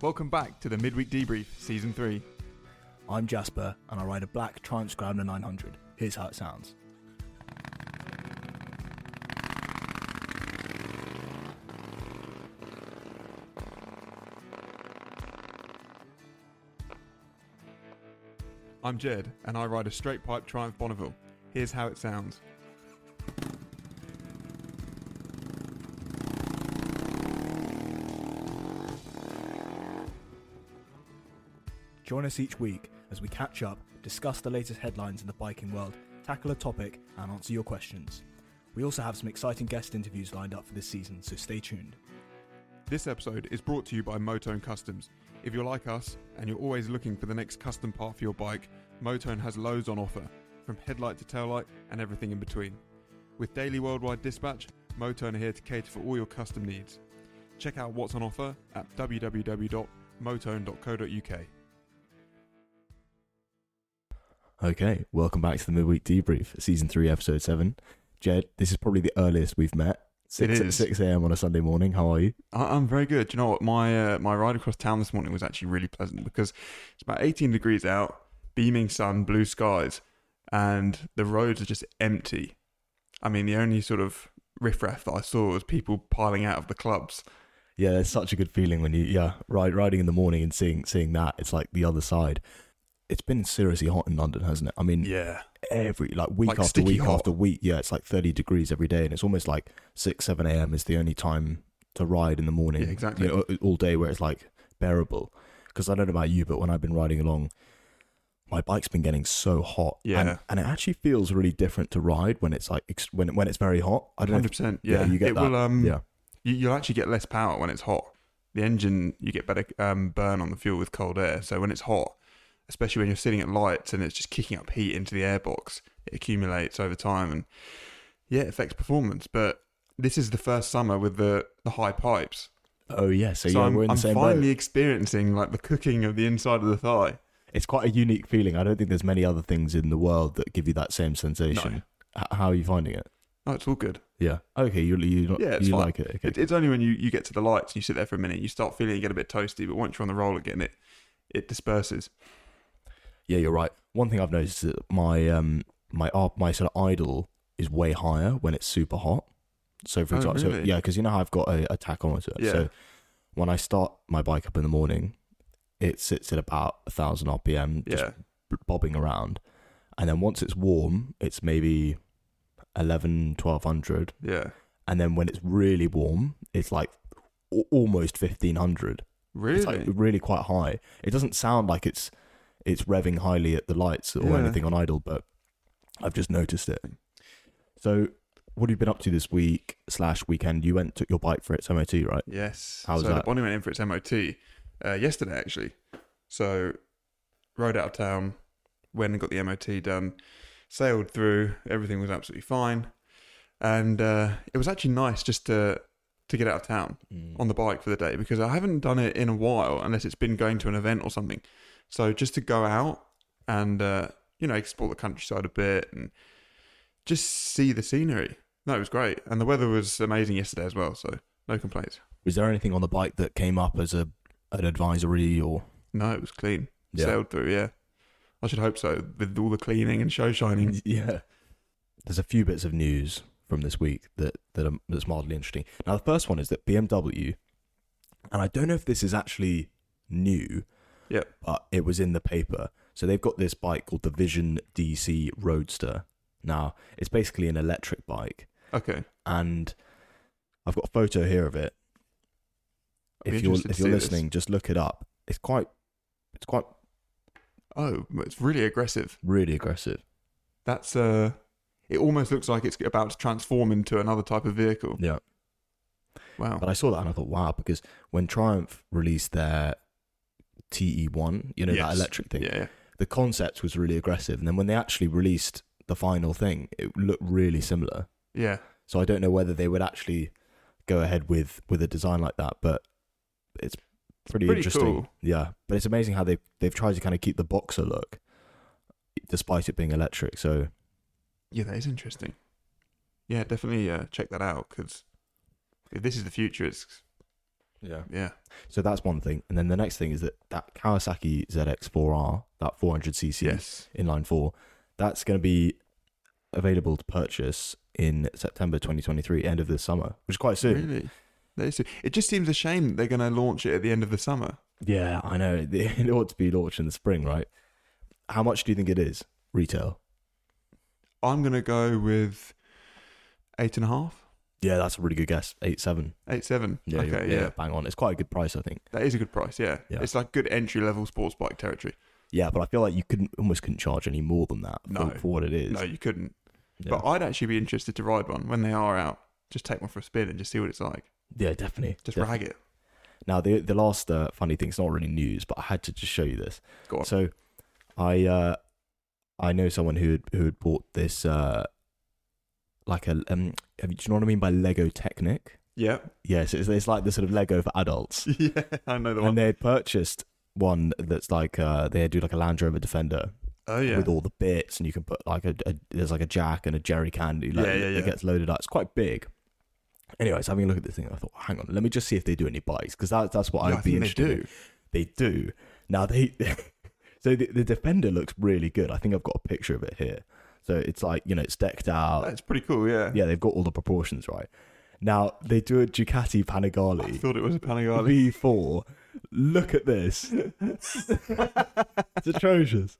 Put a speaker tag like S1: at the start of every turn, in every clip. S1: Welcome back to the Midweek Debrief Season 3.
S2: I'm Jasper, and I ride a black Triumph Scrambler 900. Here's how it sounds.
S1: I'm Jed, and I ride a straight pipe Triumph Bonneville. Here's how it sounds.
S2: Join us each week as we catch up, discuss the latest headlines in the biking world, tackle a topic, and answer your questions. We also have some exciting guest interviews lined up for this season, so stay tuned.
S1: This episode is brought to you by Motone Customs. If you're like us and you're always looking for the next custom part for your bike, Motone has loads on offer, from headlight to taillight and everything in between. With daily worldwide dispatch, Motone are here to cater for all your custom needs. Check out what's on offer at www.motone.co.uk.
S3: Okay, welcome back to the midweek debrief, season three, episode seven. Jed, this is probably the earliest we've met. Six
S1: is.
S3: six a.m. on a Sunday morning. How are you?
S1: I- I'm very good. Do you know what? My uh, my ride across town this morning was actually really pleasant because it's about 18 degrees out, beaming sun, blue skies, and the roads are just empty. I mean, the only sort of riffraff that I saw was people piling out of the clubs.
S3: Yeah, there's such a good feeling when you yeah ride riding in the morning and seeing seeing that. It's like the other side. It's been seriously hot in London, hasn't it? I mean,
S1: Yeah.
S3: every like week
S1: Like
S3: after
S1: sticky
S3: week
S1: hot.
S3: after week. Yeah, it's like 30 degrees every day, and it's almost like six seven a.m. is the only time to ride in the morning.
S1: Yeah, exactly.
S3: you know, all day where it's like bearable. Because I don't know about you, but when I've been riding along, my bike's been getting so hot.
S1: Yeah.
S3: and, and it actually feels really different to ride when it's like ex- when when it's very hot. I don't know.
S1: 100%. Yeah.
S3: Yeah, you get
S1: it
S3: that.
S1: will um
S3: yeah,
S1: you, you'll actually get less power when it's hot. The engine, you get better um, burn on the fuel with cold air. So when it's hot, especially when you're sitting at lights and it's just kicking up heat into the airbox, it accumulates over time and yeah, it affects performance. But this is the first summer with the, the high pipes.
S3: oh yeah. So,
S1: So,
S3: yeah,
S1: I'm,
S3: we're in the
S1: I'm
S3: same
S1: finally
S3: boat.
S1: experiencing like the cooking of the inside of the thigh.
S3: It's quite a unique feeling. I don't think there's many other things in the world that give you that same sensation. H- how are you finding it?
S1: No, it's all good.
S3: Yeah. Okay. You you
S1: Yeah, it's
S3: you
S1: fine.
S3: like it? Okay.
S1: It, it's only when you, you get to the lights and you sit there for a minute, you start feeling you get a bit toasty. But once you're on the roll again, it, it disperses.
S3: Yeah, you're right. One thing I've noticed is that my um my ar- my sort of idle is way higher when it's super hot. So for
S1: Oh,
S3: example, so,
S1: really?
S3: yeah, because you know how I've got a, a tachometer.
S1: Yeah.
S3: So when I start my bike up in the morning, it sits at about a thousand RPM, just
S1: Yeah.
S3: b- bobbing around, and then once it's warm, it's maybe 11, 1200.
S1: Yeah.
S3: and then when it's really warm, it's like a- almost fifteen hundred.
S1: Really?
S3: It's like really quite high. It doesn't sound like it's it's revving highly at the lights or
S1: Yeah.
S3: anything on idle, but I've just noticed it. So, what have you been up to this week slash weekend? You went took your bike for its MOT, right?
S1: Yes.
S3: How was
S1: so the
S3: that?
S1: Bonnie went in for its MOT uh, yesterday, actually. So rode out of town, went and got the MOT done, sailed through. Everything was absolutely fine, and uh, it was actually nice just to to get out of town on the bike for the day because I haven't done it in a while unless it's been going to an event or something. So just to go out and uh, you know explore the countryside a bit and just see the scenery. No, it was great, and the weather was amazing yesterday as well. So no complaints.
S3: Was there anything on the bike that came up as a an advisory or?
S1: No, it was clean.
S3: Yeah.
S1: Sailed through, yeah. I should hope so, with all the cleaning and show shining.
S3: Yeah. There's a few bits of news from this week that that are, that's mildly interesting. Now the first one is that BMW, and I don't know if this is actually new.
S1: Yep.
S3: But it was in the paper. So they've got this bike called the Vision DC Roadster. Now it's basically an electric bike,
S1: Okay.
S3: and I've got a photo here of it.
S1: I'd be
S3: If you're
S1: interested to
S3: if you're
S1: see this.
S3: listening, just look it up. It's quite it's quite
S1: Oh, but it's really aggressive.
S3: really aggressive.
S1: That's, uh, it almost looks like it's about to transform into another type of vehicle.
S3: Yeah.
S1: Wow.
S3: But I saw that and I thought, wow, because when Triumph released their TE1, you know, that
S1: Yes.
S3: electric thing,
S1: Yeah, yeah.
S3: the concept was really aggressive. And then when they actually released the final thing, it looked really similar.
S1: Yeah.
S3: So I don't know whether they would actually go ahead with, with a design like that, but it's pretty,
S1: pretty
S3: interesting.
S1: cool.
S3: Yeah. But it's amazing how they've, they've tried to kind of keep the boxer look despite it being electric. So
S1: Yeah, that is interesting. Yeah, definitely uh, check that out because if this is the future, it's
S3: Yeah.
S1: Yeah.
S3: So that's one thing. And then the next thing is that that Kawasaki ZX4R, that 400cc
S1: Yes.
S3: inline four, that's going to be available to purchase in September 2023, end of this summer, which is quite soon.
S1: Really? They su- It just seems a shame that they're going to launch it at the end of the summer.
S3: Yeah, I know. It ought to be launched in the spring, right? How much do you think it is retail?
S1: I'm going to go with eight and a half,
S3: Yeah, that's a really good guess. Eight seven.
S1: eight seven.
S3: Yeah, you're-
S1: okay, yeah.
S3: bang on. It's quite a good price, I think.
S1: That is a good price. Yeah,
S3: Yeah.
S1: it's like good entry level sports bike territory.
S3: Yeah, but I feel like you couldn't almost couldn't charge any more than that for,
S1: No.
S3: for what it is.
S1: No, you couldn't.
S3: yeah.
S1: But I'd actually be interested to ride one when they are out. Just take one for a spin and just see what it's like.
S3: yeah, definitely.
S1: Just
S3: Def-
S1: rag it.
S3: Now the the last uh, funny thing, it's not really news, but I had to just show you this.
S1: Go on.
S3: So, I uh, I know someone who had, who had bought this uh, like a um, have you- do you know what I mean by Lego Technic?
S1: yeah,
S3: Yes, it's, it's like the sort of Lego for adults.
S1: yeah. I know the one.
S3: and they had purchased one that's like uh, they do like a Land Rover Defender
S1: oh yeah,
S3: with all the bits, and you can put like a, a there's like a jack and a jerry can that, like,
S1: Yeah, yeah, yeah.
S3: that gets loaded up. It's quite big. Anyway, I was having a look at this thing, I thought, hang on, let me just see if they do any bikes because that, that's what
S1: yeah,
S3: I'd be interested. in. They do. Now they, so the, the Defender looks really good. I think I've got a picture of it here. So it's like you know it's decked out.
S1: That's pretty cool. Yeah.
S3: yeah, they've got all the proportions right. Now they do a Ducati
S1: I
S3: Panigale.
S1: thought it was a Panigale.
S3: V4. Look at this. it's atrocious.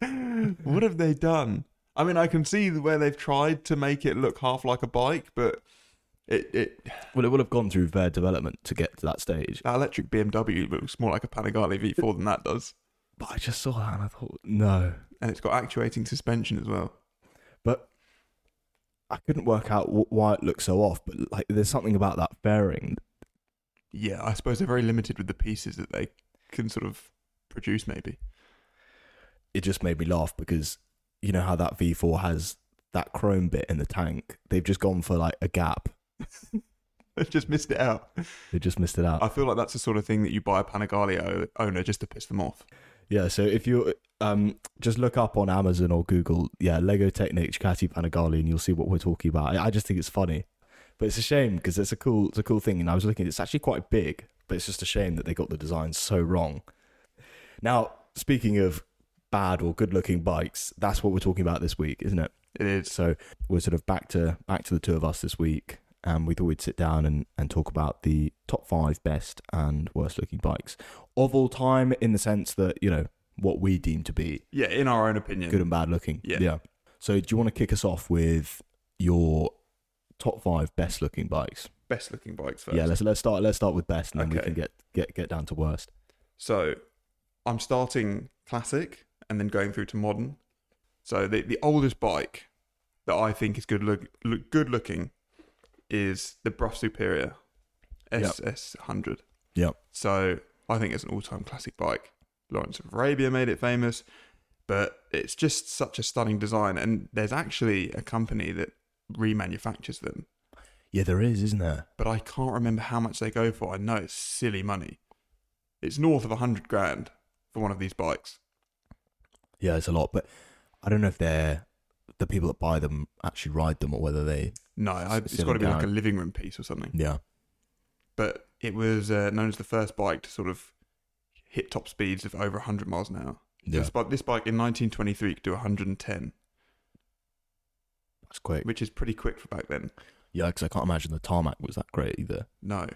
S1: what have they done? I mean, I can see the- where they've tried to make it look half like a bike, but it, it
S3: Well, it will have gone through their development to get to that stage.
S1: that electric BMW looks more like a Panigale V4 than that does,
S3: But I just saw that and I thought, no.
S1: and it's got actuating suspension as well.
S3: But I couldn't work out wh- why it looked so off. But like, there's something about that fairing.
S1: Yeah, I suppose they're very limited with the pieces that they can sort of produce. Maybe
S3: It just made me laugh because you know how that V4 has that chrome bit in the tank. They've just gone for like a gap.
S1: they've just missed it out.
S3: They just missed it out.
S1: I feel like that's the sort of thing that you buy a Panigale o- owner just to piss them off.
S3: Yeah, so if you um just look up on Amazon or Google, yeah, Lego Technic Ducati Panigale, and you'll see what we're talking about. I, I just think it's funny, but it's a shame because it's a cool, it's a cool thing. And I was looking, it's actually quite big, but it's just a shame that they got the design so wrong. Now, speaking of bad or good-looking bikes, that's what we're talking about this week, isn't it?
S1: It is.
S3: So we're sort of back to back to the two of us this week, and we thought we'd sit down and, and talk about the top five best and worst looking bikes of all time, in the sense that you know what we deem to be
S1: Yeah, in our own opinion.
S3: good and bad looking.
S1: Yeah.
S3: So do you want to kick us off with your top five best looking bikes?
S1: Best looking bikes first.
S3: Yeah. Let's let's start let's start with best, and then we
S1: Okay.
S3: can get get get down to worst.
S1: So I'm starting classic and then going through to modern. So the, the oldest bike that I think is good look, look good looking is the Bruff Superior
S3: Yep.
S1: SS hundred.
S3: Yep.
S1: So I think it's an all time classic bike. Lawrence of Arabia made it famous, but it's just such a stunning design. And there's actually a company that remanufactures them,
S3: Yeah, there is, isn't there?
S1: but I can't remember how much they go for. I know it's silly money. It's north of a hundred grand for one of these bikes.
S3: Yeah, it's a lot, but I don't know if they're the people that buy them actually ride them or whether they
S1: No, I,
S3: S-
S1: it's
S3: silly
S1: got to be like a
S3: guy.
S1: living room piece or something.
S3: yeah
S1: But it was uh, known as the first bike to sort of hit top speeds of over 100 miles an hour.
S3: yeah
S1: This, bike, this bike in 1923 could do 110,
S3: that's quick
S1: which is pretty quick for back then.
S3: Yeah, because I can't imagine the tarmac was that great either.
S1: No.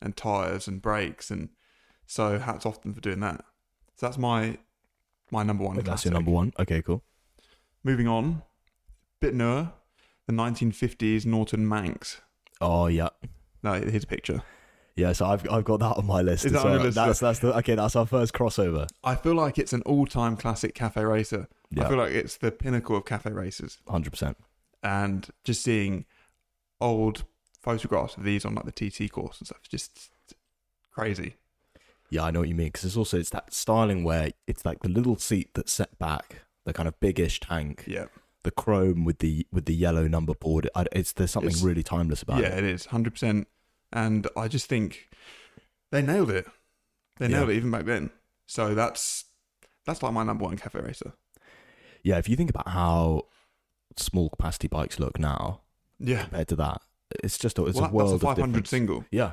S1: And tyres and brakes. And so hats off to them for doing that. So that's my my number one.
S3: If that's
S1: classic.
S3: your number one. Okay, cool.
S1: Moving on, bit newer, the 1950s Norton Manx.
S3: Oh yeah,
S1: No, here's a picture.
S3: yeah. So I've I've got that on my list.
S1: Is
S3: as
S1: that on your
S3: well.
S1: list?
S3: That's that's the okay. That's our first crossover.
S1: I feel like it's an all time classic cafe racer. I feel
S3: Yeah,
S1: like it's the pinnacle of cafe races.
S3: hundred percent.
S1: and just seeing old photographs of these on like the TT course and stuff is just crazy.
S3: Yeah, I know what you mean. Because it's also it's that styling where it's like the little seat that's set back, the kind of biggish tank,
S1: Yeah,
S3: the chrome with the with the yellow number board. I, it's there's something
S1: It's-
S3: really timeless about
S1: yeah, it
S3: it.
S1: is hundred percent. And I just think they nailed it. They
S3: Yeah.
S1: nailed it even back then. So that's that's like my number one cafe racer.
S3: Yeah, if you think about how small capacity bikes look now
S1: Yeah,
S3: compared to that, it's just a, it's
S1: well,
S3: a
S1: that-
S3: world
S1: that's a
S3: of
S1: five hundred
S3: difference.
S1: single.
S3: Yeah,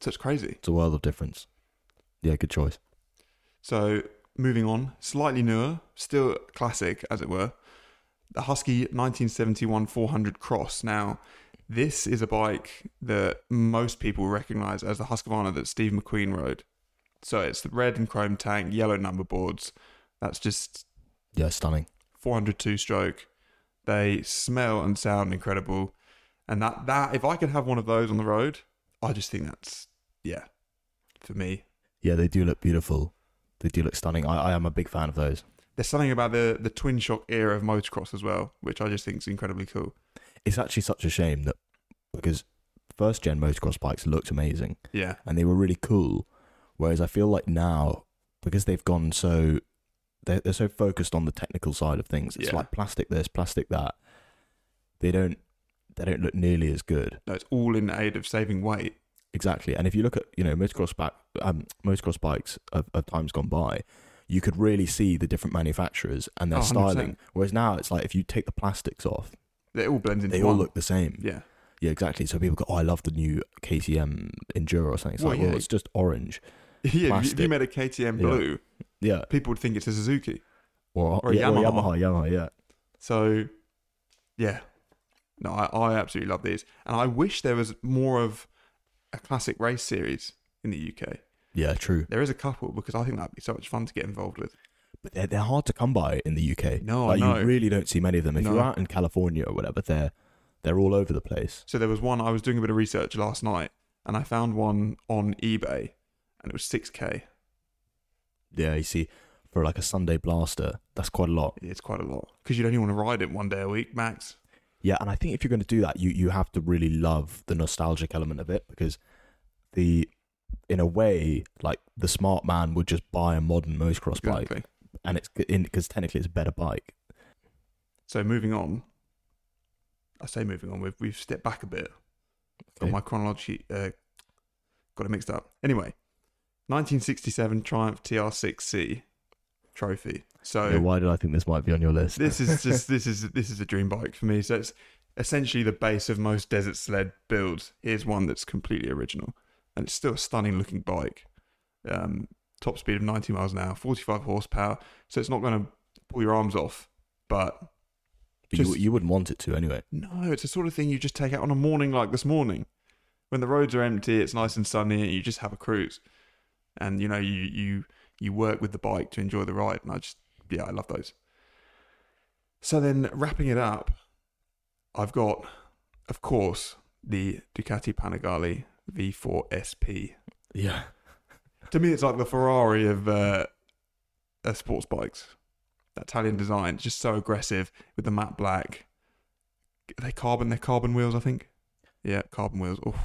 S1: So it's crazy.
S3: It's a world of difference. Yeah, good choice.
S1: So moving on, slightly newer, still classic as it were, the Husky 1971 400 Cross. Now, this is a bike that most people recognize as the Husqvarna that Steve McQueen rode. So it's the red and chrome tank, yellow number boards. That's just
S3: Yeah, stunning.
S1: 402 stroke. They smell and sound incredible. And that that if I could have one of those on the road, I just think that's yeah, for me.
S3: Yeah, they do look beautiful. They do look stunning. I, I am a big fan of those.
S1: There's something about the the twin shock era of motocross as well, which I just think is incredibly cool.
S3: It's actually such a shame that because first gen motocross bikes looked amazing
S1: Yeah.
S3: and they were really cool, whereas I feel like now because they've gone so they're, they're so focused on the technical side of things. It's
S1: Yeah.
S3: like plastic this, plastic that. They don't they don't look nearly as good.
S1: No, it's all in aid of saving weight.
S3: Exactly. And if you look at, you know, motocross back um motocross bikes of, of times gone by, you could really see the different manufacturers and their
S1: Oh, 100%.
S3: styling. Whereas now it's like if you take the plastics off,
S1: It all blends into
S3: they all
S1: one.
S3: look the same. Yeah,
S1: yeah.
S3: exactly. So people go, oh, I love the new KTM Enduro or something. It's
S1: Well,
S3: like,
S1: yeah.
S3: well, it's just orange.
S1: Yeah, if you- if you
S3: Plastic.
S1: made a KTM
S3: Yeah.
S1: blue,
S3: Yeah.
S1: people would think it's a Suzuki.
S3: Or,
S1: Or a
S3: yeah, or
S1: Yamaha.
S3: Yamaha. Yamaha, yeah.
S1: So, yeah, no, I, I absolutely love these, and I wish there was more of a classic race series in the UK.
S3: Yeah, true.
S1: There is a couple because I think that'd be so much fun to get involved with.
S3: But they're, they're hard to come by in the UK.
S1: No, I
S3: like,
S1: know.
S3: You really don't see many of them. If
S1: No.
S3: you're out in California or whatever, they're they're all over the place.
S1: So there was one I was doing a bit of research last night, and I found one on eBay, and it was six k.
S3: Yeah, you see, for like a Sunday blaster, that's quite a lot.
S1: It's quite a lot because you'd only want to ride it one day a week max.
S3: Yeah, and I think if you're going to do that, you you have to really love the nostalgic element of it because the in a way, like the smart man would just buy a modern motocross bike,
S1: Exactly.
S3: and it's in because technically it's a better bike.
S1: So moving on, I say moving on. We've we've stepped back a bit. Got
S3: Okay.
S1: my chronology, uh, got it mixed up. Anyway, 1967 Triumph TR6C trophy. So
S3: Yeah, why did I think this might be on your list?
S1: Oh, this is just this is this is a dream bike for me. So it's essentially the base of most desert sled builds. Here's one that's completely original, and it's still a stunning looking bike. Um, top speed of 90 miles an hour, 45 horsepower. So it's not going to pull your arms off, but
S3: But
S1: just-
S3: you, you wouldn't want it to anyway.
S1: no, it's the sort of thing you just take out on a morning like this morning. When the roads are empty, it's nice and sunny, and you just have a cruise. And you know, you you you work with the bike to enjoy the ride. And I just yeah, I love those. So then wrapping it up, I've got, of course, the Ducati Panigale V4 SP.
S3: Yeah,
S1: To me, it's like the Ferrari of uh, uh, sports bikes. That Italian design, just so aggressive with the matte black. Are they carbon, they're carbon wheels, I think. Yeah, carbon wheels. Oof.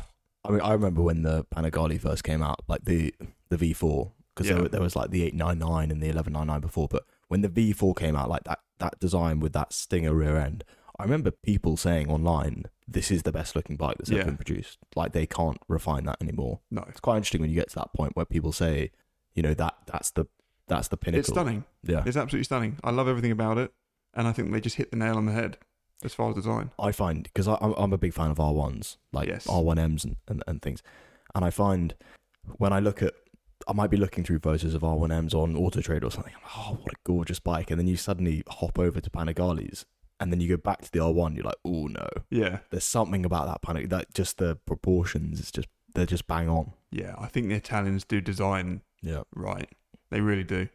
S3: I mean, I remember when the Panigale first came out, like the the V4, because
S1: Yeah.
S3: there, there was like the 899 and the 1199 before. But when the V4 came out, like that that design with that Stinger rear end, I remember people saying online, "This is the best looking bike that's
S1: Yeah.
S3: ever been produced." Like they can't refine that anymore.
S1: No,
S3: It's quite interesting when you get to that point where people say, "You know that that's the that's the pinnacle."
S1: it's stunning.
S3: Yeah,
S1: It's absolutely stunning. I love everything about it, and I think they just hit the nail on the head as far as design.
S3: I find because I'm I'm a big fan of R1s, like
S1: Yes.
S3: R1Ms and, and, and things, and I find when I look at I might be looking through photos of R1Ms on Autotrade or something. I'm like, oh, what a gorgeous bike! And then you suddenly hop over to Panigales, and then you go back to the R1. You're like, oh no,
S1: Yeah,
S3: there's something about that Panig that just the proportions. It's just they're just bang on.
S1: yeah. I think the Italians do design
S3: Yeah.
S1: right. They really do.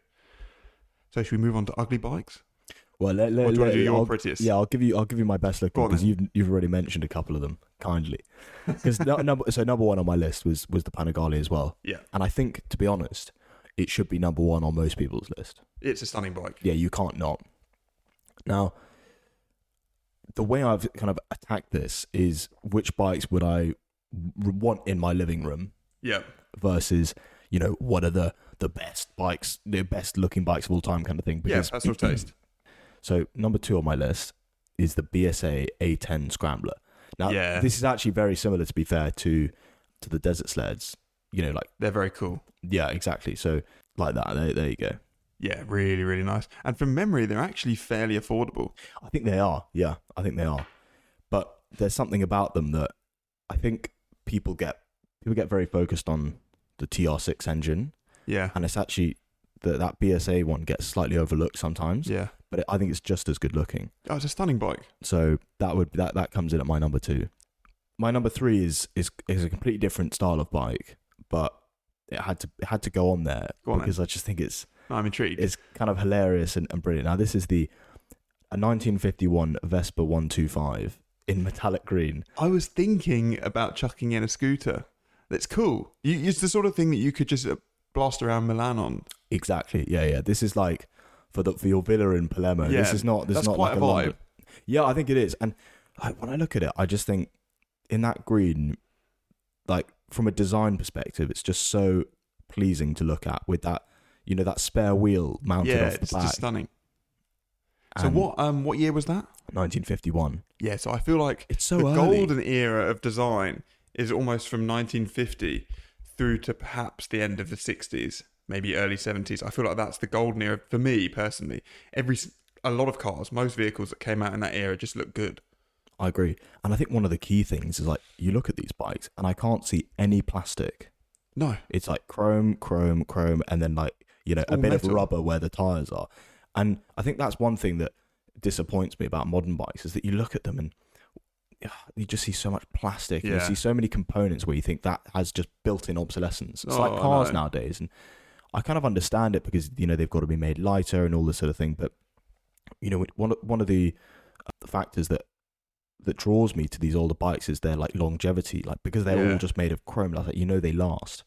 S1: So should we move on to ugly bikes?
S3: Well, let, let,
S1: Or do you want
S3: let-
S1: to do your
S3: I'll-
S1: prettiest?
S3: Yeah, I'll give you I'll give you my best
S1: Go
S3: looking
S1: on
S3: because
S1: then.
S3: you've you've already mentioned a couple of them kindly. Because number so number one on my list was was the Panigale as well.
S1: Yeah.
S3: and I think to be honest, it should be number one on most people's list.
S1: It's a stunning bike.
S3: Yeah, you can't not. Now, the way I've kind of attacked this is which bikes would I r- want in my living room
S1: Yeah,
S3: versus you know what are the the best bikes, the best looking bikes of all time kind of thing.
S1: yeah. Personal taste.
S3: So number two on my list is the BSA A10 Scrambler. Now
S1: Yeah.
S3: this is actually very similar, to be fair, to to the desert sleds. You know, like
S1: They're very cool.
S3: yeah, exactly. So like that. There, there you go.
S1: Yeah, really, really nice. And from memory, they're actually fairly affordable.
S3: I think they are. Yeah, I think they are. But there's something about them that I think people get people get very focused on the TR6 engine,
S1: Yeah.
S3: and it's actually that that BSA one gets slightly overlooked sometimes,
S1: Yeah.
S3: but it, I think it's just as good looking.
S1: Oh, it's a stunning bike.
S3: So that would that that comes in at my number two. My number three is is is a completely different style of bike, but it had to it had to go on there
S1: Go on then.
S3: because I just think it's
S1: No, I'm intrigued.
S3: it's kind of hilarious and, and brilliant. Now this is the a 1951 Vespa 125 in metallic green.
S1: I was thinking about chucking in a scooter. That's cool. You, it's the sort of thing that you could just uh, blast around Milan on.
S3: Exactly. Yeah, yeah. This is like for the for your villa in Palermo. This
S1: Yeah,
S3: is not. This
S1: That's
S3: is not
S1: quite
S3: like
S1: a
S3: a
S1: vibe.
S3: London- Yeah, I think it is. And I, when I look at it, I just think in that green, like from a design perspective, it's just so pleasing to look at with that, you know, that spare wheel mounted
S1: yeah,
S3: off the
S1: it's
S3: back.
S1: just stunning. So
S3: And
S1: what um what year was that?
S3: 1951.
S1: Yeah, so I feel like
S3: It's so
S1: the
S3: early.
S1: golden era of design is almost from 1950 through to perhaps the end of the 60s, maybe early 70s. I feel like that's the golden era for me personally. Every s- a lot of cars, most vehicles that came out in that era just look good.
S3: I agree. And I think one of the key things is like you look at these bikes and I can't see any plastic.
S1: No,
S3: It's like chrome, chrome, chrome, and then like, you know, a
S1: all
S3: bit of
S1: metal.
S3: rubber where the tires are. And I think that's one thing that disappoints me about modern bikes is that you look at them and ugh, you just see so much plastic and you
S1: Yeah.
S3: see so many components where you think that has just built in obsolescence. It's like
S1: Oh, I
S3: cars
S1: know.
S3: nowadays. And I kind of understand it because, you know, they've got to be made lighter and all this sort of thing. But, you know, one, of- one of the uh, factors that that draws me to these older bikes is their like longevity, like because they're
S1: Yeah.
S3: all just made of chrome. Like you know they last.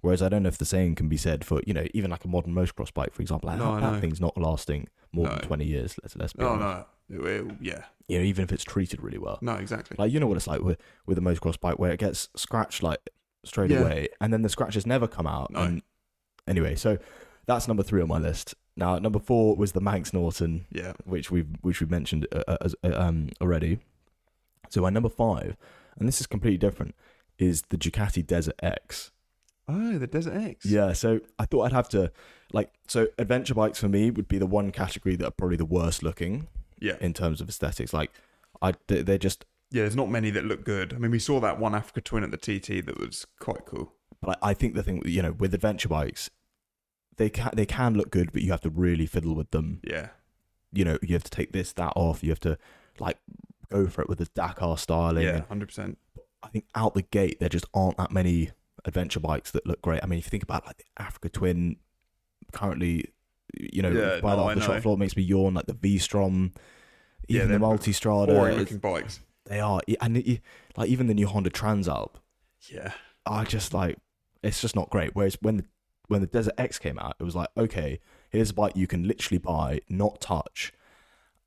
S3: Whereas I don't know if the same can be said for you know even like a modern motocross bike, for example. Like,
S1: No,
S3: that,
S1: I
S3: that
S1: know.
S3: thing's not lasting more than
S1: No.
S3: twenty years. Let's let's be
S1: oh
S3: honest.
S1: no, It- it- yeah,
S3: You know even if it's treated really well,
S1: no, exactly.
S3: like you know what it's like with with a motocross bike where it gets scratched like straight
S1: Yeah.
S3: away, and then the scratches never come out.
S1: No.
S3: And anyway, so that's number three on my list. Now number four was the Manx Norton
S1: yeah,
S3: which we've which we've mentioned uh, as, uh, um, already. So my number five, and this is completely different, is the Ducati Desert X.
S1: oh, the Desert X.
S3: Yeah, so I thought I'd have to like so adventure bikes for me would be the one category that are probably the worst looking
S1: yeah,
S3: in terms of aesthetics. Like I they- they're just
S1: yeah. There's not many that look good. I mean, we saw that one Africa Twin at the TT that was quite cool.
S3: but I, I think the thing you know with adventure bikes they can they can look good, but you have to really fiddle with them
S1: Yeah,
S3: you know, you have to take this, that off. You have to like go for it with the Dakar styling.
S1: yeah,
S3: And
S1: hundred percent.
S3: I think out the gate there just aren't that many adventure bikes that look great. I mean, if you think about like the Africa Twin, currently, you know,
S1: Yeah,
S3: by
S1: no,
S3: that
S1: I
S3: off the
S1: know.
S3: shop floor it makes me yawn. Like the V Strom,
S1: Yeah,
S3: even the
S1: they're
S3: Multi
S1: Boring looking
S3: Strada,
S1: bikes.
S3: they are, and it, like even the new Honda Transalp
S1: Yeah,
S3: are just like it's just not great. Whereas when the when the Desert X came out, it was like okay, here's a bike you can literally buy, not touch,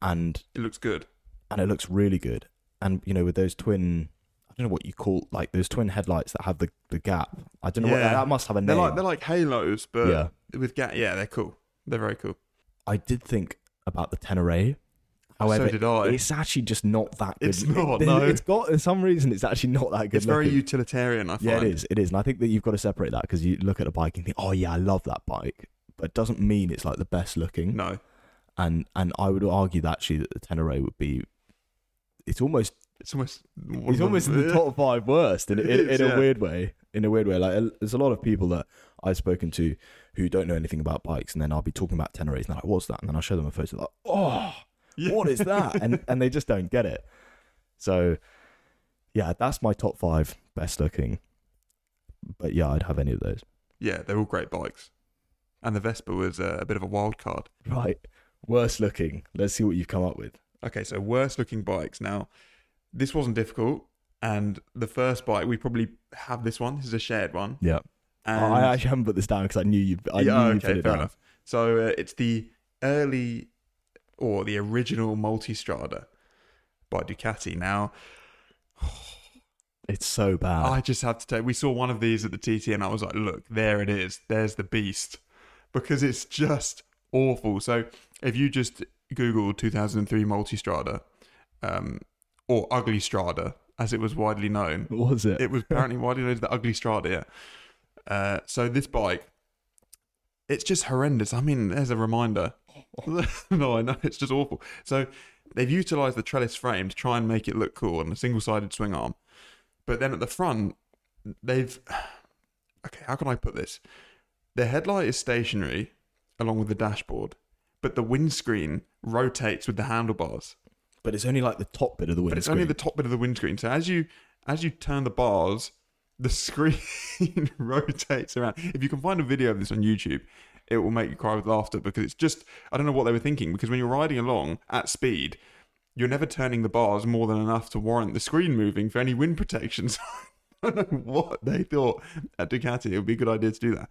S3: and
S1: it looks good.
S3: and it looks really good. And you know, with those twin, I don't know what you call like those twin headlights that have the, the gap. I don't know what
S1: Yeah.
S3: that must have a name.
S1: They're like they're like halos, but
S3: yeah,
S1: with ga- yeah, they're cool. They're very cool.
S3: I did think about the Tenere. However,
S1: so did I. It's,
S3: it's actually just not that good.
S1: It's not,
S3: It-
S1: no.
S3: It's got for some reason it's actually not that good.
S1: very
S3: looking.
S1: utilitarian. I find.
S3: Yeah, it is. It is, and I think that you've got to separate that because you look at a bike and think, "Oh yeah, I love that bike," but it doesn't mean it's like the best looking.
S1: No,
S3: And and I would argue that actually that the Tenere would be. It's almost
S1: it's almost. one of
S3: He's almost in the top five worst in, in,
S1: It
S3: in,
S1: is,
S3: a
S1: yeah.
S3: weird way. In a weird way, like there's a lot of people that I've spoken to who don't know anything about bikes, and then I'll be talking about Tenerés, and they're like, "What's that?" And then I'll show them a photo, like, "Oh,
S1: Yeah.
S3: what is that?" and and they just don't get it. So, yeah, that's my top five best looking. But yeah, I'd have any of those.
S1: Yeah, they're all great bikes, and the Vespa was uh, a bit of a wild card.
S3: Right, worst looking. Let's see what you've come up with.
S1: Okay, so worst looking bikes. Now, this wasn't difficult, and the first bike we probably have this one. This is a shared one.
S3: Yeah,
S1: And
S3: I actually haven't put this down because I knew you. I
S1: Yeah,
S3: knew you
S1: okay,
S3: put it
S1: fair
S3: down.
S1: enough. So uh, it's the early or the original Multistrada by Ducati. Now,
S3: It's so bad.
S1: I just have to take. We saw one of these at the TT, and I was like, "Look, there it is. There's the beast," because it's just awful. So if you just Google 2003 Multistrada, um, or Ugly Strada, as it was widely known,
S3: what was it?
S1: it was apparently widely known as the Ugly Strada. Yeah. Uh, so this bike, it's just horrendous. I mean, there's a reminder. no, I know it's just awful. So they've utilized the trellis frame to try and make it look cool and a single-sided swing arm, but then at the front, they've okay. How can I put this? The headlight is stationary along with the dashboard, but the windscreen rotates with the handlebars.
S3: But it's only like the top bit of the windscreen.
S1: But it's only the top bit of the windscreen. So as you as you turn the bars, the screen rotates around. If you can find a video of this on YouTube, it will make you cry with laughter because it's just I don't know what they were thinking because when you're riding along at speed, you're never turning the bars more than enough to warrant the screen moving for any wind protection. So I don't know what they thought at Ducati. It would be a good idea to do that.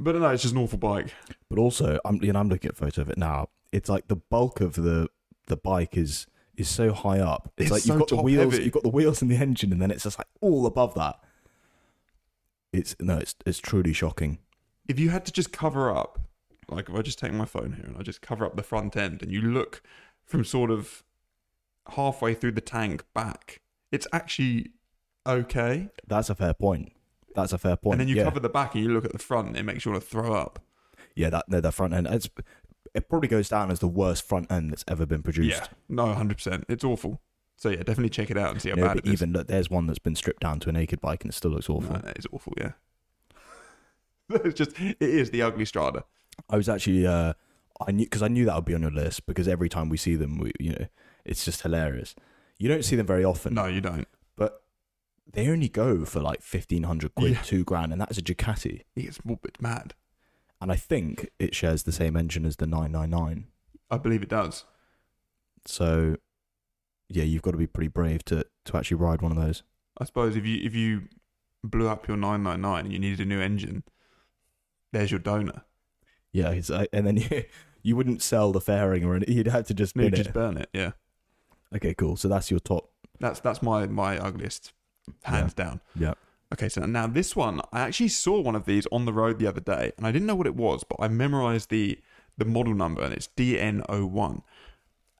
S1: But no, it's just an awful bike.
S3: But also, I'm you know, I'm looking at a photo of it now. It's like the bulk of the the bike is is so high up.
S1: It's
S3: It's, like
S1: so
S3: you've got the
S1: top
S3: wheels,
S1: heavy.
S3: you've got the wheels and the engine, and then it's just like all above that. It's no, it's it's truly shocking.
S1: if you had to just cover up, like if I just take my phone here and I just cover up the front end and you look from sort of halfway through the tank back, it's actually okay.
S3: That's a fair point. That's a fair point.
S1: and then you
S3: yeah.
S1: cover the back and you look at the front and it makes you want to throw up.
S3: yeah, that no, that front end. It's it probably goes down as the worst front end that's ever been produced.
S1: Yeah. No, 100%. It's awful. So yeah, definitely check it out and see how
S3: No,
S1: bad
S3: but
S1: it is.
S3: even look, there's one that's been stripped down to a naked bike and it still looks awful.
S1: No, that is awful, yeah. it's just, it is the ugly Strada.
S3: I was actually, uh, I knew because I knew that would be on your list because every time we see them, we, you know, it's just hilarious. You don't see them very often,
S1: No, you don't.
S3: but they only go for like fifteen hundred quid,
S1: Yeah.
S3: two grand, and that is a Ducati.
S1: It gets morbid mad.
S3: And I think it shares the same engine as the nine nine nine.
S1: I believe it does.
S3: So, yeah, you've got to be pretty brave to to actually ride one of those.
S1: I suppose if you if you blew up your 999 and you needed a new engine, there's your donor.
S3: Yeah, it's, uh, and then you you wouldn't sell the fairing or anything. You'd have to just
S1: No, you
S3: bin
S1: just
S3: it.
S1: burn it. Yeah,
S3: Okay, cool. So that's your top.
S1: that's that's my my ugliest, hands down.
S3: Yeah.
S1: Okay, so now this one, I actually saw one of these on the road the other day, and I didn't know what it was, but I memorized the the model number, and it's DN01,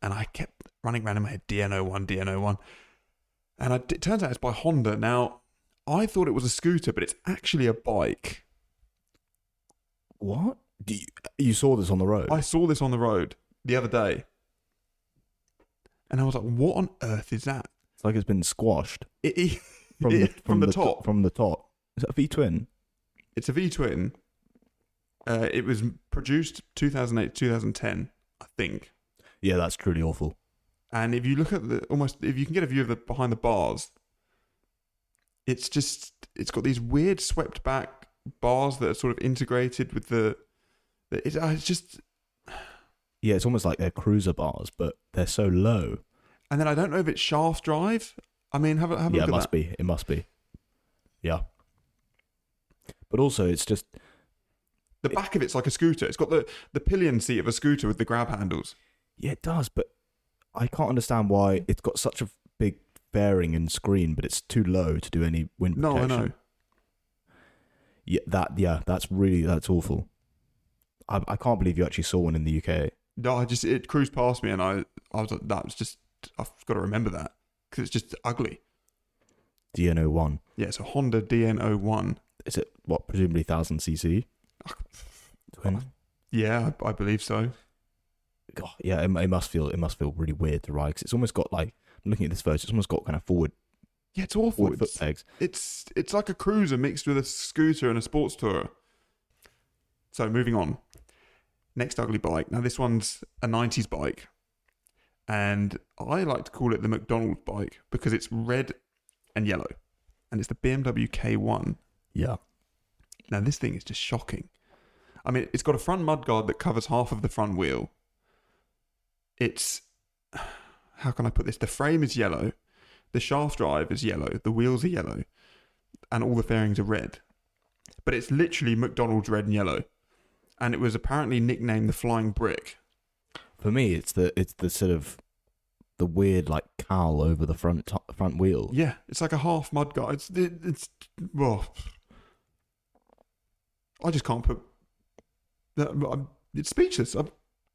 S1: and I kept running around in my head DN01, DN01, and I, it turns out it's by Honda. Now, I thought it was a scooter, but it's actually a bike.
S3: What? Do you, you saw this on the road?
S1: I saw this on the road the other day, and I was like, "What on earth is that?"
S3: It's like it's been squashed
S1: It, it-
S3: from
S1: it-
S3: the,
S1: from the
S3: to-
S1: top.
S3: From the top. Is that a V twin?
S1: it's a V twin. Uh, it was produced 2008 2010, I think.
S3: Yeah, that's truly awful.
S1: And if you look at the almost, if you can get a view of the behind the bars, it's just it's got these weird swept back bars that are sort of integrated with the. It, it's just,
S3: Yeah, it's almost like they're cruiser bars, but they're so low.
S1: and then I don't know if it's shaft drive. I mean, have a have a
S3: yeah,
S1: look
S3: it
S1: at
S3: must
S1: that.
S3: be. It must be. Yeah. But also, it's just
S1: The back of it's like a scooter. It's got the the pillion seat of a scooter with the grab handles.
S3: yeah, it does. But I can't understand why it's got such a big fairing and screen, but it's too low to do any wind
S1: No, I
S3: protection.
S1: know.
S3: Yeah, that yeah, that's really that's awful. I, I can't believe you actually saw one in the UK.
S1: No, I just it cruised past me, and I I was like, that was just I've got to remember that because it's just ugly.
S3: DNO one.
S1: Yeah, it's a Honda DN01.
S3: Is it what presumably thousand cc? Twin.
S1: Ah, Yeah, I, I believe so.
S3: God, yeah, it, it must feel it must feel really weird to ride because it's almost got like I'm looking at this photo. It's almost got kind of forward
S1: Yeah, it's awful.
S3: forward foot
S1: It's,
S3: pegs.
S1: it's it's like a cruiser mixed with a scooter and a sports tourer. So moving on. Next ugly bike. Now this one's a 90s bike. And I like to call it the McDonald's bike because it's red and yellow. And it's the BMW K1.
S3: Yeah,
S1: Now this thing is just shocking. I mean, it's got a front mudguard that covers half of the front wheel. It's how can I put this? The frame is yellow, the shaft drive is yellow, the wheels are yellow, and all the fairings are red. But it's literally McDonald's red and yellow. And it was apparently nicknamed the Flying Brick.
S3: for me, it's the it's the sort of the weird like cowl over the front to- front wheel.
S1: Yeah, it's like a half mudguard. It's it's well, I just can't put. I'm- It's speechless. I'm,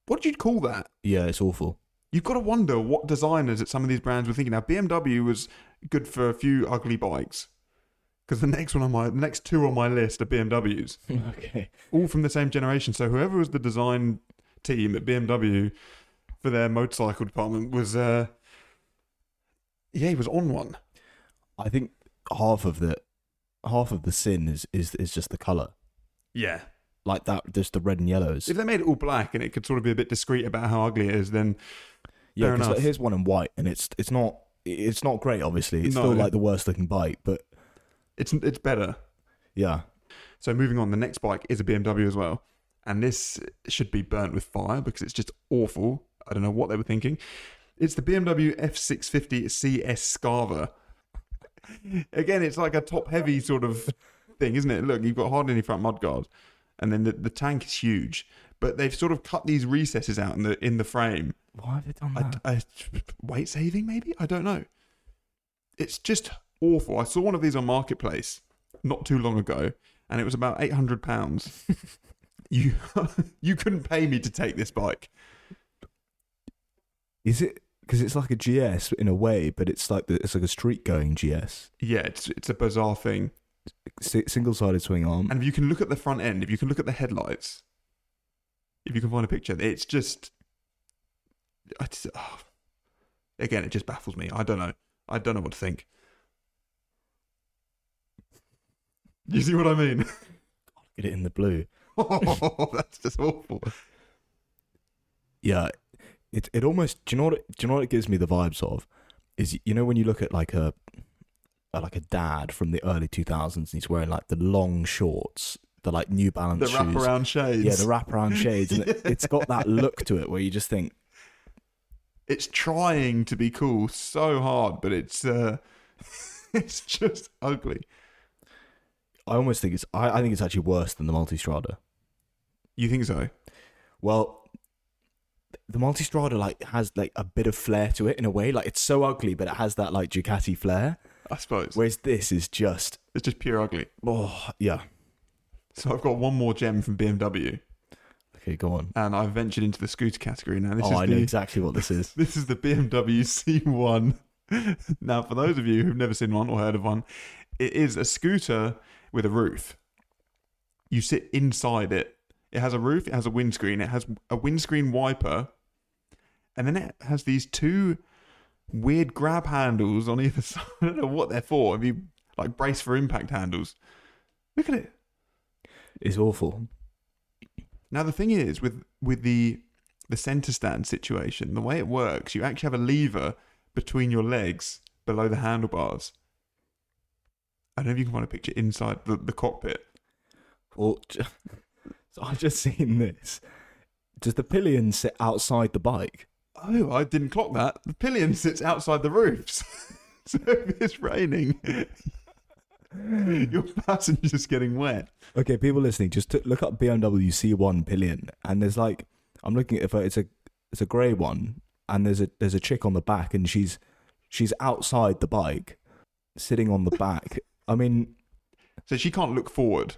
S1: what do you call that?
S3: Yeah, it's awful.
S1: You've got to wonder what designers at some of these brands were thinking. Now, BMW was good for a few ugly bikes because the next one on my the next two on my list are BMWs,
S3: okay.
S1: all from the same generation. So whoever was the design team at BMW for their motorcycle department was, uh, yeah, he was on one.
S3: I think half of the half of the sin is is is just the color,
S1: Yeah.
S3: like that. Just the red and yellows.
S1: If they made it all black and it could sort of be a bit discreet about how ugly it is, then
S3: yeah,
S1: fair
S3: because like,
S1: enough.
S3: here's one in white, and it's it's not it's not great. Obviously, it's
S1: No.
S3: still like the worst looking bike, but
S1: it's it's better.
S3: yeah,
S1: So moving on, the next bike is a BMW as well, and this should be burnt with fire because it's just awful. I don't know what they were thinking. It's the BMW F650 CS Scarva. Again, it's like a top-heavy sort of thing, isn't it? Look, you've got hardly any front mudguard, and then the, the tank is huge. But they've sort of cut these recesses out in the in the frame.
S3: why have they done
S1: I, I- weight saving, maybe? I don't know. It's just awful. I saw one of these on Marketplace not too long ago, and it was about eight hundred pounds. you you couldn't pay me to take this bike.
S3: Is it because it's like a GS in a way, but it's like the, it's like a street going GS,
S1: Yeah, it's it's a bizarre thing.
S3: single sided swing arm.
S1: And if you can look at the front end, if you can look at the headlights, if you can find a picture, it's just. It's, oh. Again, it just baffles me. I don't know. I don't know what to think. You see what I mean?
S3: Get it in the blue.
S1: Oh, that's just awful.
S3: Yeah, it it almost. Do you know what? It, do you know what it gives me the vibes of? Is you know when you look at like a uh, like a dad from the early two thousands, and he's wearing like the long shorts, the like New Balance
S1: The
S3: shoes,
S1: wraparound shades.
S3: yeah, the wraparound shades, and it, it's got that look to it where you just think,
S1: it's trying to be cool so hard, but it's uh, it's just ugly.
S3: I almost think it's, I, I think it's actually worse than the Multistrada.
S1: You think so?
S3: Well, the Multistrada like has like a bit of flair to it in a way, like it's so ugly, but it has that like Ducati flair.
S1: I suppose
S3: Whereas this is just,
S1: it's just pure ugly.
S3: oh yeah,
S1: So I've got one more gem from BMW,
S3: okay, go on.
S1: and I've ventured into the scooter category now. This
S3: oh, I
S1: is
S3: know
S1: the
S3: exactly what this is.
S1: this is the BMW C1. now, for those of you who've never seen one or heard of one, it is a scooter with a roof. You sit inside it. It has a roof, it has a windscreen, it has a windscreen wiper, and then it has these two weird grab handles on either side. I don't know what they're for. Have you like brace for impact handles? Look at it.
S3: It's awful.
S1: Now the thing is with with the the center stand situation, the way it works, you actually have a lever between your legs below the handlebars. I don't know if you can find a picture inside the, the cockpit.
S3: Or ju- so I've just seen this. Does the pillion sit outside the bike?
S1: Oh, I didn't clock that. The pillion sits outside the roofs. so if it's raining, your passenger's getting wet.
S3: Okay, people listening, just t- look up BMW C1 pillion, and there's like I'm looking at it. It's a it's a grey one, and there's a there's a chick on the back, and she's she's outside the bike, sitting on the back. I mean,
S1: So she can't look forward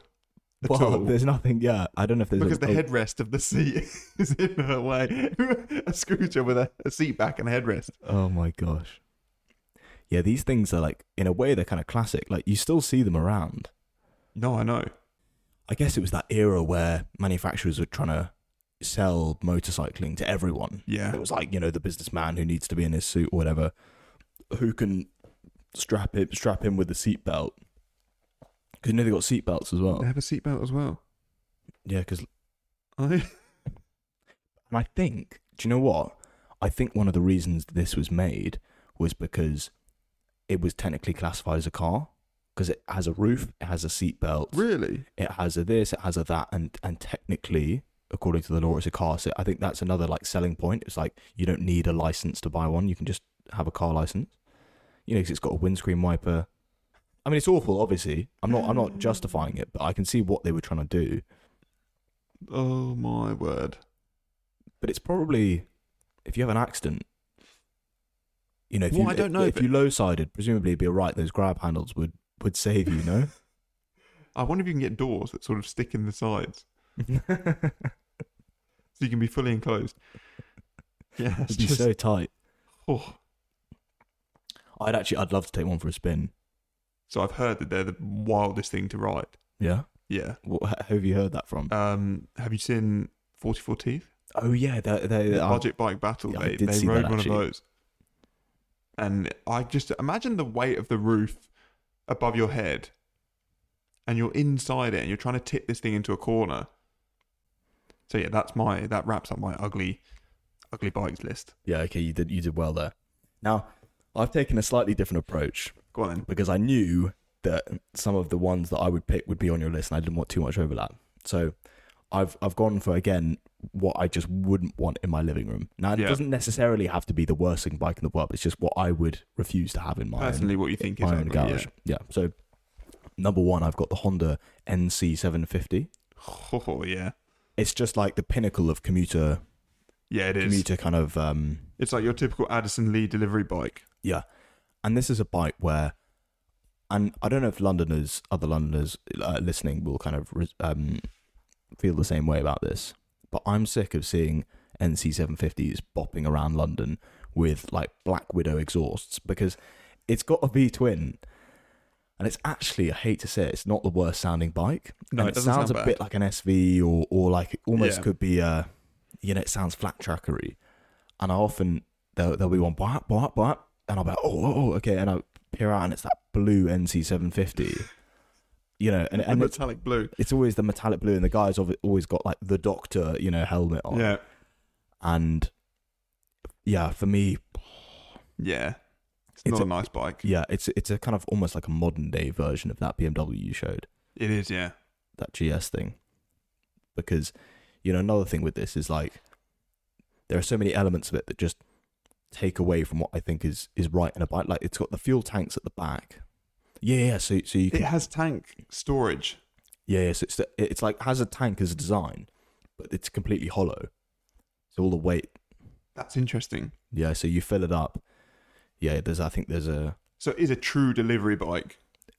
S1: at
S3: well,
S1: all.
S3: there's nothing. Yeah, I don't know if there's
S1: because
S3: a, oh,
S1: the
S3: a-
S1: headrest of the seat is in her way. a scooter with a, a seat back and a headrest.
S3: Oh my gosh. Yeah, these things are like in a way they're kind of classic. Like you still see them around.
S1: No, I know.
S3: I guess it was that era where manufacturers were trying to sell motorcycling to everyone.
S1: Yeah.
S3: It was like, you know, the businessman who needs to be in his suit or whatever, who can strap it, strap him with a seatbelt. Because you know they got seatbelts as well.
S1: They have a seatbelt as well.
S3: Yeah, because
S1: I,
S3: and I think, do you know what? I think one of the reasons this was made was because it was technically classified as a car because it has a roof, it has a seatbelt,
S1: really?
S3: it has a this, it has a that, and and technically, according to the law, it's a car. So I think that's another like selling point. It's like you don't need a license to buy one; you can just have a car license. You know, because it's got a windscreen wiper. I mean, it's awful. Obviously, I'm not I'm
S1: Mm.
S3: not justifying it, but I can see what they were trying to do.
S1: Oh my word.
S3: But it's probably if you have an accident. You know, if
S1: Well,
S3: you
S1: I don't know
S3: if,
S1: if
S3: you low sided, presumably it'd be alright. Those grab handles would would save you, no?
S1: I wonder if you can get doors that sort of stick in the sides so you can be fully enclosed. Yeah, it's
S3: it'd be
S1: just,
S3: so tight.
S1: oh.
S3: I'd actually I'd love to take one for a spin.
S1: so I've heard that they're the wildest thing to ride.
S3: Yeah.
S1: Yeah.
S3: Wh- h- Who have you heard that from?
S1: Um, have you seen 44 Teeth?
S3: oh yeah, they, they,
S1: The
S3: they are-
S1: budget bike battle.
S3: Yeah, I
S1: they
S3: did
S1: they
S3: see that,
S1: rode one of
S3: actually.
S1: those. And I just imagine the weight of the roof above your head and you're inside it and you're trying to tip this thing into a corner. So yeah, that's my that wraps up my ugly ugly bikes list.
S3: Yeah, okay, you did you did well there. Now, I've taken a slightly different approach
S1: Go on then.
S3: because I knew that some of the ones that I would pick would be on your list and I didn't want too much overlap. So I've I've gone for again what I just wouldn't want in my living room. Now it
S1: Yeah.
S3: doesn't necessarily have to be the worst thing bike in the world, it's just what I would refuse to have in my own-
S1: Personally what you think is
S3: my own
S1: ugly,
S3: garage. Yeah. So number one, I've got the Honda NC seven fifty.
S1: Yeah. Oh, yeah.
S3: It's just like the pinnacle of commuter
S1: Yeah, it is.
S3: commuter kind of um
S1: It's like your typical Addison Lee delivery bike.
S3: Yeah. And this is a bike where, and I don't know if Londoners, other Londoners uh, listening will kind of re- um, feel the same way about this, but I'm sick of seeing NC750s bopping around London with like Black Widow exhausts because it's got a V twin. And it's actually, I hate to say it, it's not the worst sounding bike.
S1: No,
S3: and
S1: it doesn't
S3: sounds
S1: sound
S3: a
S1: bad.
S3: bit like an SV or, or like it almost
S1: Yeah.
S3: could be a, you know, it sounds flat trackery. And I often there'll, there'll be one bop bop bop and I'll be like, oh, oh, oh, okay, and I peer out and it's that blue NC seven fifty, you know, and, and
S1: the
S3: it's,
S1: metallic blue.
S3: it's always the metallic blue, and the guy's alwa- always got like the doctor, you know, helmet on,
S1: Yeah.
S3: and yeah, for me,
S1: Yeah. It's,
S3: It's
S1: not
S3: a-
S1: a, nice bike.
S3: yeah, it's it's a kind of almost like a modern day version of that BMW you showed
S1: It is, yeah.
S3: that GS thing, because you know another thing with this is like there are so many elements of it that just take away from what I think is is right in a bike. Like it's got the fuel tanks at the back. Yeah, yeah. So so you
S1: It
S3: can
S1: has tank storage.
S3: yeah, yeah so it's the, it's like has a tank as a design, but it's completely hollow. So all the weight
S1: That's interesting.
S3: yeah. So you fill it up. Yeah, there's I think there's a
S1: So it is a true delivery bike.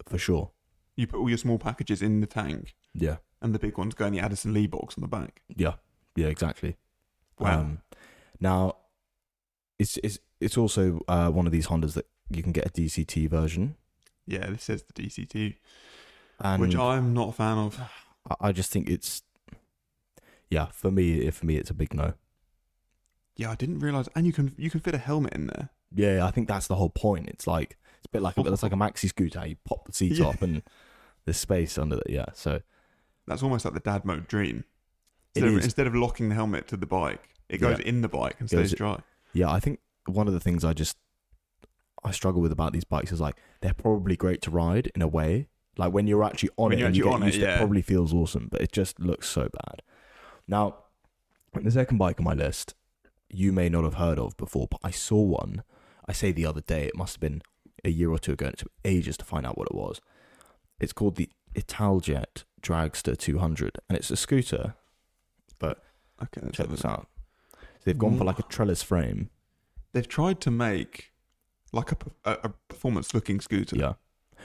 S3: for sure.
S1: You put all your small packages in the tank
S3: Yeah,
S1: and the big ones go in the Addison Lee box on the back.
S3: yeah, yeah. Exactly.
S1: Wow.
S3: Um, now, it's it's it's also uh, one of these Hondas that you can get a DCT version,
S1: yeah, this says the DCT,
S3: and
S1: which I'm not a fan of.
S3: I- I just think it's yeah for me for me it's a big no.
S1: Yeah, I didn't realize. And you can you can fit a helmet in there.
S3: Yeah, I think that's the whole point. It's like it's a bit like a, it's like a maxi scooter. You pop the seat
S1: Yeah.
S3: up and there's space under it. Yeah, so
S1: That's almost like the dad mode dream.
S3: It
S1: So
S3: is.
S1: instead of locking the helmet to the bike, it goes
S3: Yeah.
S1: in the bike and
S3: Goes-
S1: stays dry.
S3: yeah, I think one of the things I just I struggle with about these bikes is like they're probably great to ride in a way. Like when you're actually on
S1: When
S3: it,
S1: you're
S3: and you
S1: actually on
S3: get
S1: it,
S3: used to
S1: yeah.
S3: it probably feels awesome, but it just looks so bad. Now, the second bike on my list, you may not have heard of before, but I saw one. I say the other day, it must have been a year or two ago, and it took ages to find out what it was. It's called the Italjet Dragster 200, and it's a scooter. But
S1: Okay, that's
S3: check this out. So they've gone for like a trellis frame.
S1: They've tried to make like a, a, a performance looking scooter.
S3: Yeah,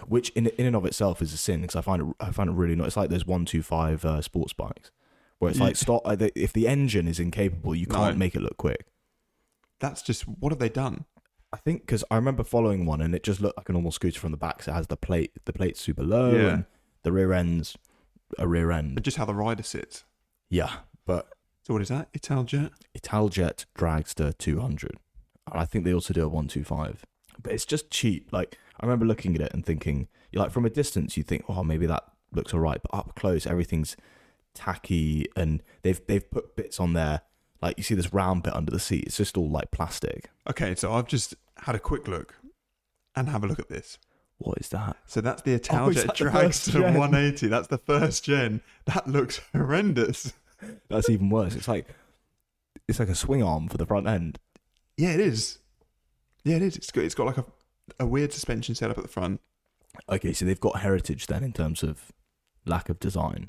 S3: which in in and of itself is a sin because I find it I find it really not. It's like those one two five uh, sports bikes where it's
S1: Yeah.
S3: like stop uh, the- if the engine is incapable, you
S1: No.
S3: can't make it look quick.
S1: That's just what have they done?
S3: I think because I remember following one and it just looked like a normal scooter from the back. 'cause it has the plate, the plate's super low,
S1: Yeah.
S3: and the rear end's a rear end.
S1: Just how the rider sits.
S3: Yeah, but
S1: So what is that? Italjet?
S3: Italjet Dragster 200. And I think they also do a 125. But it's just cheap. Like, I remember looking at it and thinking, you're like, from a distance, you think, oh, maybe that looks all right. But up close, everything's tacky. And they've, they've put bits on there. Like, you see this round bit under the seat. It's just all like plastic.
S1: Okay, so I've just had a quick look and have a look at this.
S3: What is that?
S1: So that's the Italjet
S3: Oh, is that the first
S1: Dragster
S3: gen?
S1: 180. That's the first gen. That looks horrendous.
S3: That's even worse. It's like, it's like a swing arm for the front end.
S1: Yeah, it is. Yeah, it is. It's got, it's got like a, a weird suspension setup at the front.
S3: Okay, so they've got heritage then in terms of lack of design.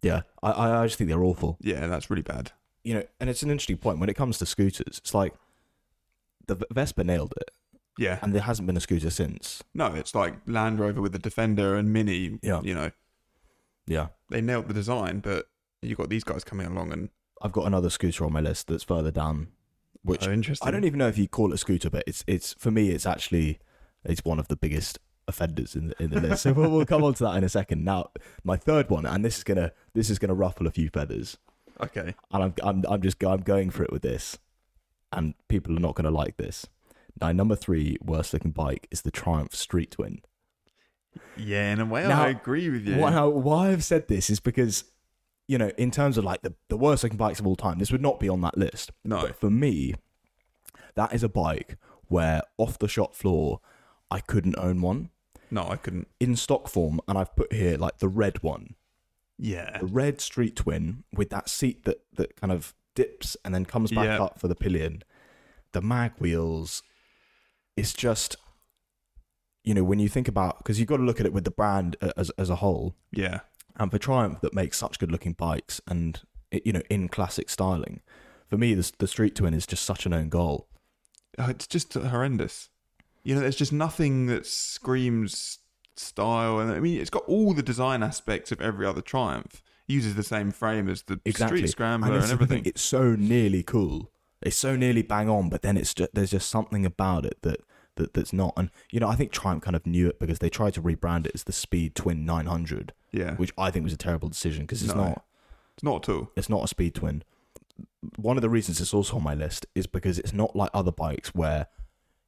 S3: Yeah, I- I, I just think they're awful.
S1: Yeah, that's really bad.
S3: you know, and it's an interesting point when it comes to scooters. It's like the V- Vespa nailed it,
S1: Yeah.
S3: and there hasn't been a scooter since.
S1: No, it's like Land Rover with the Defender and Mini.
S3: Yeah.
S1: You know,
S3: Yeah,
S1: they nailed the design, but you got these guys coming along and
S3: I've got another scooter on my list that's further down, which
S1: oh, interesting.
S3: I don't e- even know if you call it a scooter, but it's it's for me, it's actually it's one of the biggest offenders in the, in the list. So we'll, we'll come on to that in a second. Now, my third one, and this is gonna this is gonna ruffle a few feathers,
S1: Okay.
S3: and I'm I'm I'm just go- I'm going for it with this, and people are not gonna like this. Now, number three worst looking bike is the Triumph Street Twin.
S1: Yeah, in a way,
S3: Now,
S1: I agree with you.
S3: Why, how- why I've said this is because, you know, in terms of like the, the worst looking bikes of all time, this would not be on that list.
S1: No.
S3: But for me, that is a bike where off the shop floor, I couldn't own one
S1: No, I couldn't.
S3: in stock form. And I've put here like the red one,
S1: Yeah.
S3: the red Street Twin with that seat that, that kind of dips and then comes back
S1: Yeah.
S3: up for the pillion. The mag wheels, it's just, you know, when you think about, because you've got to look at it with the brand uh, as, as a whole
S1: Yeah.
S3: and for Triumph that makes such good looking bikes and i- you know in classic styling. For me, the, the Street Twin is just such an own goal.
S1: Oh, it's just horrendous. You know, there's just nothing that screams style, and I mean, it's got all the design aspects of every other Triumph. It uses the same frame as the
S3: Exactly,
S1: Street Scrambler and,
S3: this is the thing,
S1: everything.
S3: It's so nearly cool. It's so nearly bang on, but then it's just, there's just something about it that, that that's not. And you know, I think Triumph kind of knew it because they tried to rebrand it as the Speed Twin 900,
S1: yeah,
S3: which I think was a terrible decision because it's
S1: No.
S3: not
S1: it's not at all.
S3: it's not a speed twin. One of the reasons it's also on my list is because it's not like other bikes where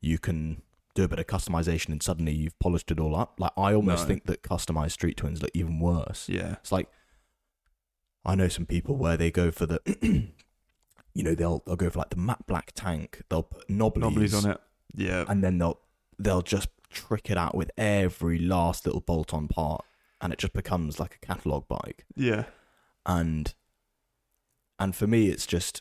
S3: you can do a bit of customization and suddenly you've polished it all up. Like I almost
S1: No.
S3: think that customized street twins look even worse.
S1: Yeah,
S3: It's like I know some people where they go for the you know, they'll they'll go for like the matte black tank, they'll put knobblies,
S1: nobody's on it. Yeah,
S3: and then they'll they'll just trick it out with every last little bolt on part and it just becomes like a catalogue bike
S1: yeah.
S3: and and for me it's just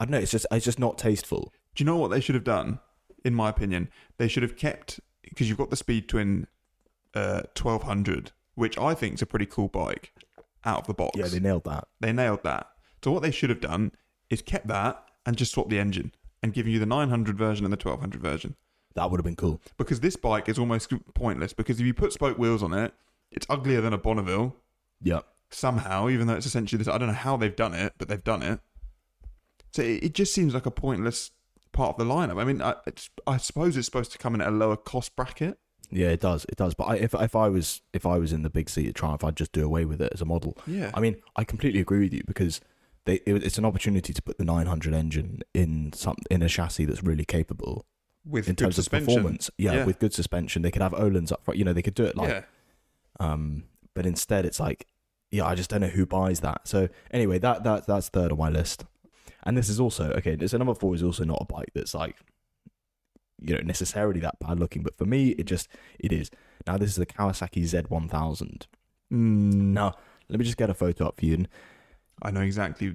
S3: I don't know, it's just it's just not tasteful.
S1: Do you know what they should have done? In my opinion, they should have kept because you've got the Speed Twin uh, 1200, which I think is a pretty cool bike out of the box.
S3: Yeah, they nailed that.
S1: They nailed that. So what they should have done is kept that and just swapped the engine and given you the 900 version and the 1200 version.
S3: That would have been cool.
S1: Because this bike is almost pointless because if you put spoke wheels on it, it's uglier than a Bonneville
S3: Yeah.
S1: somehow, even though it's essentially this. I don't know how they've done it, but they've done it. So it, it just seems like a pointless part of the lineup. I mean, I, it's, I suppose it's supposed to come in at a lower cost bracket.
S3: Yeah, it does. It does. But I, if if I was if I was in the big seat at Triumph, I'd just do away with it as a model.
S1: Yeah.
S3: I mean, I completely agree with you because they it, it's an opportunity to put the 900 engine in some in a chassis that's really capable
S1: With
S3: in
S1: good
S3: terms
S1: suspension.
S3: of performance. Yeah,
S1: Yeah.
S3: with good suspension, they could have Olin's up front. You know, they could do it like
S1: yeah.
S3: um but instead it's like yeah i just don't know who buys that so anyway that that that's third on my list and this is also okay so number four is also not a bike that's like you know necessarily that bad looking but for me it just it is now this is the kawasaki z1000
S1: Mm,
S3: now let me just get a photo up for you and
S1: I know exactly.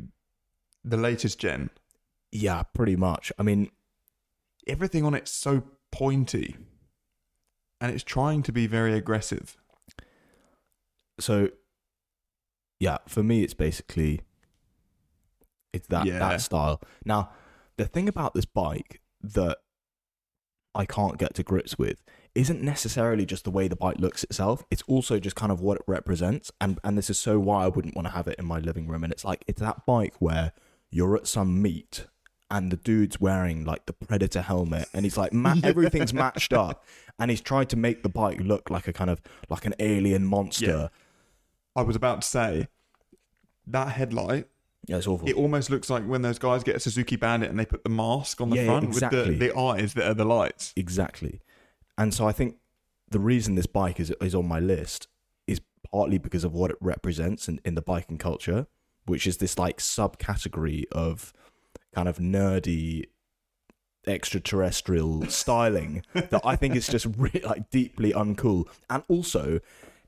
S1: The latest gen.
S3: yeah pretty much i mean
S1: everything on it's so pointy and it's trying to be very aggressive.
S3: so yeah for me it's basically it's that
S1: Yeah.
S3: that style now the thing about this bike that i can't get to grips with isn't necessarily just the way the bike looks itself it's also just kind of what it represents and and this is so why i wouldn't want to have it in my living room and it's like it's that bike where you're at some meet and the dude's wearing like the predator helmet and he's like ma- everything's matched up and he's tried to make the bike look like a kind of like an alien monster
S1: I was about to say that headlight,
S3: Yeah, it's awful.
S1: it almost looks like when those guys get a Suzuki Bandit and they put the mask on the
S3: Yeah,
S1: front
S3: exactly.
S1: with the, the eyes that are the lights.
S3: exactly. And so I think the reason this bike is is on my list is partly because of what it represents in, in the biking culture, which is this like subcategory of kind of nerdy extraterrestrial styling that I think is just re- like deeply uncool and also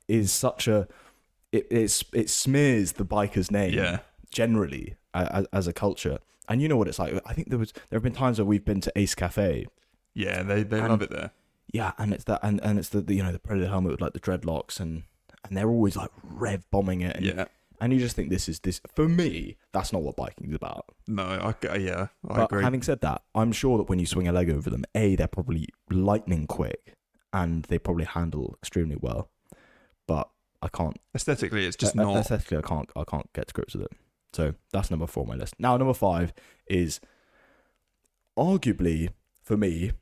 S3: is such a it it's, it smears the biker's name
S1: Yeah.
S3: generally as, as a culture and you know what it's like I think there was there have been times where we've been to Ace Cafe
S1: Yeah, they, they love it there.
S3: yeah, and it's that, and, and it's the, the you know the predator helmet with like the dreadlocks, and and they're always like rev bombing it. And,
S1: Yeah.
S3: and you just think this is this for me. That's not what biking's about.
S1: No, I, g- uh, yeah, I
S3: but
S1: agree.
S3: having said that, I'm sure that when you swing a leg over them, a they're probably lightning quick, and they probably handle extremely well. But I can't
S1: Aesthetically, it's just
S3: a- a-
S1: not.
S3: aesthetically. Uh, I can't. I can't get to grips with it. So that's number four on my list. Now number five is arguably for me.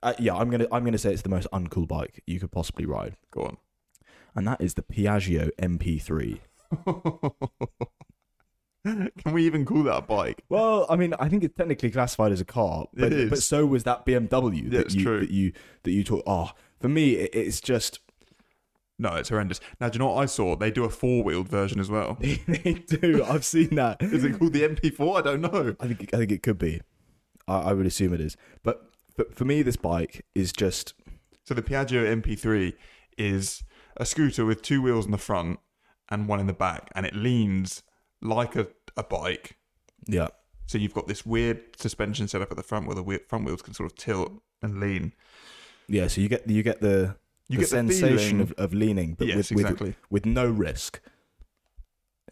S3: Uh, yeah, I'm gonna I'm gonna say it's the most uncool bike you could possibly ride,
S1: Go on.
S3: and that is the Piaggio MP3.
S1: Can we even call that a bike?
S3: Well, I mean, I think it's technically classified as a car, but,
S1: It is.
S3: but so was that BMW
S1: Yeah,
S3: that
S1: it's
S3: you
S1: true.
S3: that you that you talk. Oh, For me, it, it's just
S1: No, it's horrendous. Now, do you know what I saw? They do a four-wheeled version as well.
S3: they, do. I've seen that.
S1: Is it called the MP4? I don't know.
S3: I think I think it could be. I, I would assume it is. But but for me, this bike is just
S1: So the Piaggio MP3 is a scooter with two wheels in the front and one in the back, and it leans like a, a bike.
S3: yeah.
S1: So you've got this weird suspension set up at the front where the wheel, front wheels can sort of tilt and lean.
S3: Yeah, so you get you get the
S1: You
S3: the
S1: get the
S3: sensation
S1: feeling-
S3: of, of leaning, but
S1: yes,
S3: with,
S1: exactly.
S3: with with no risk.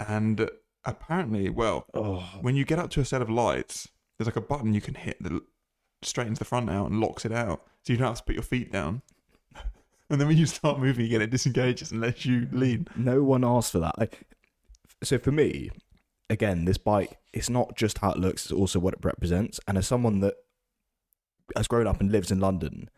S1: And apparently, well,
S3: Oh,
S1: when you get up to a set of lights, there's like a button you can hit that l- straightens the front out and locks it out, so you don't have to put your feet down. and then when you start moving again, it disengages and lets you lean.
S3: no one asked for that. I, so for me, again, this bike it's not just how it looks; it's also what it represents. And as someone that has grown up and lives in London,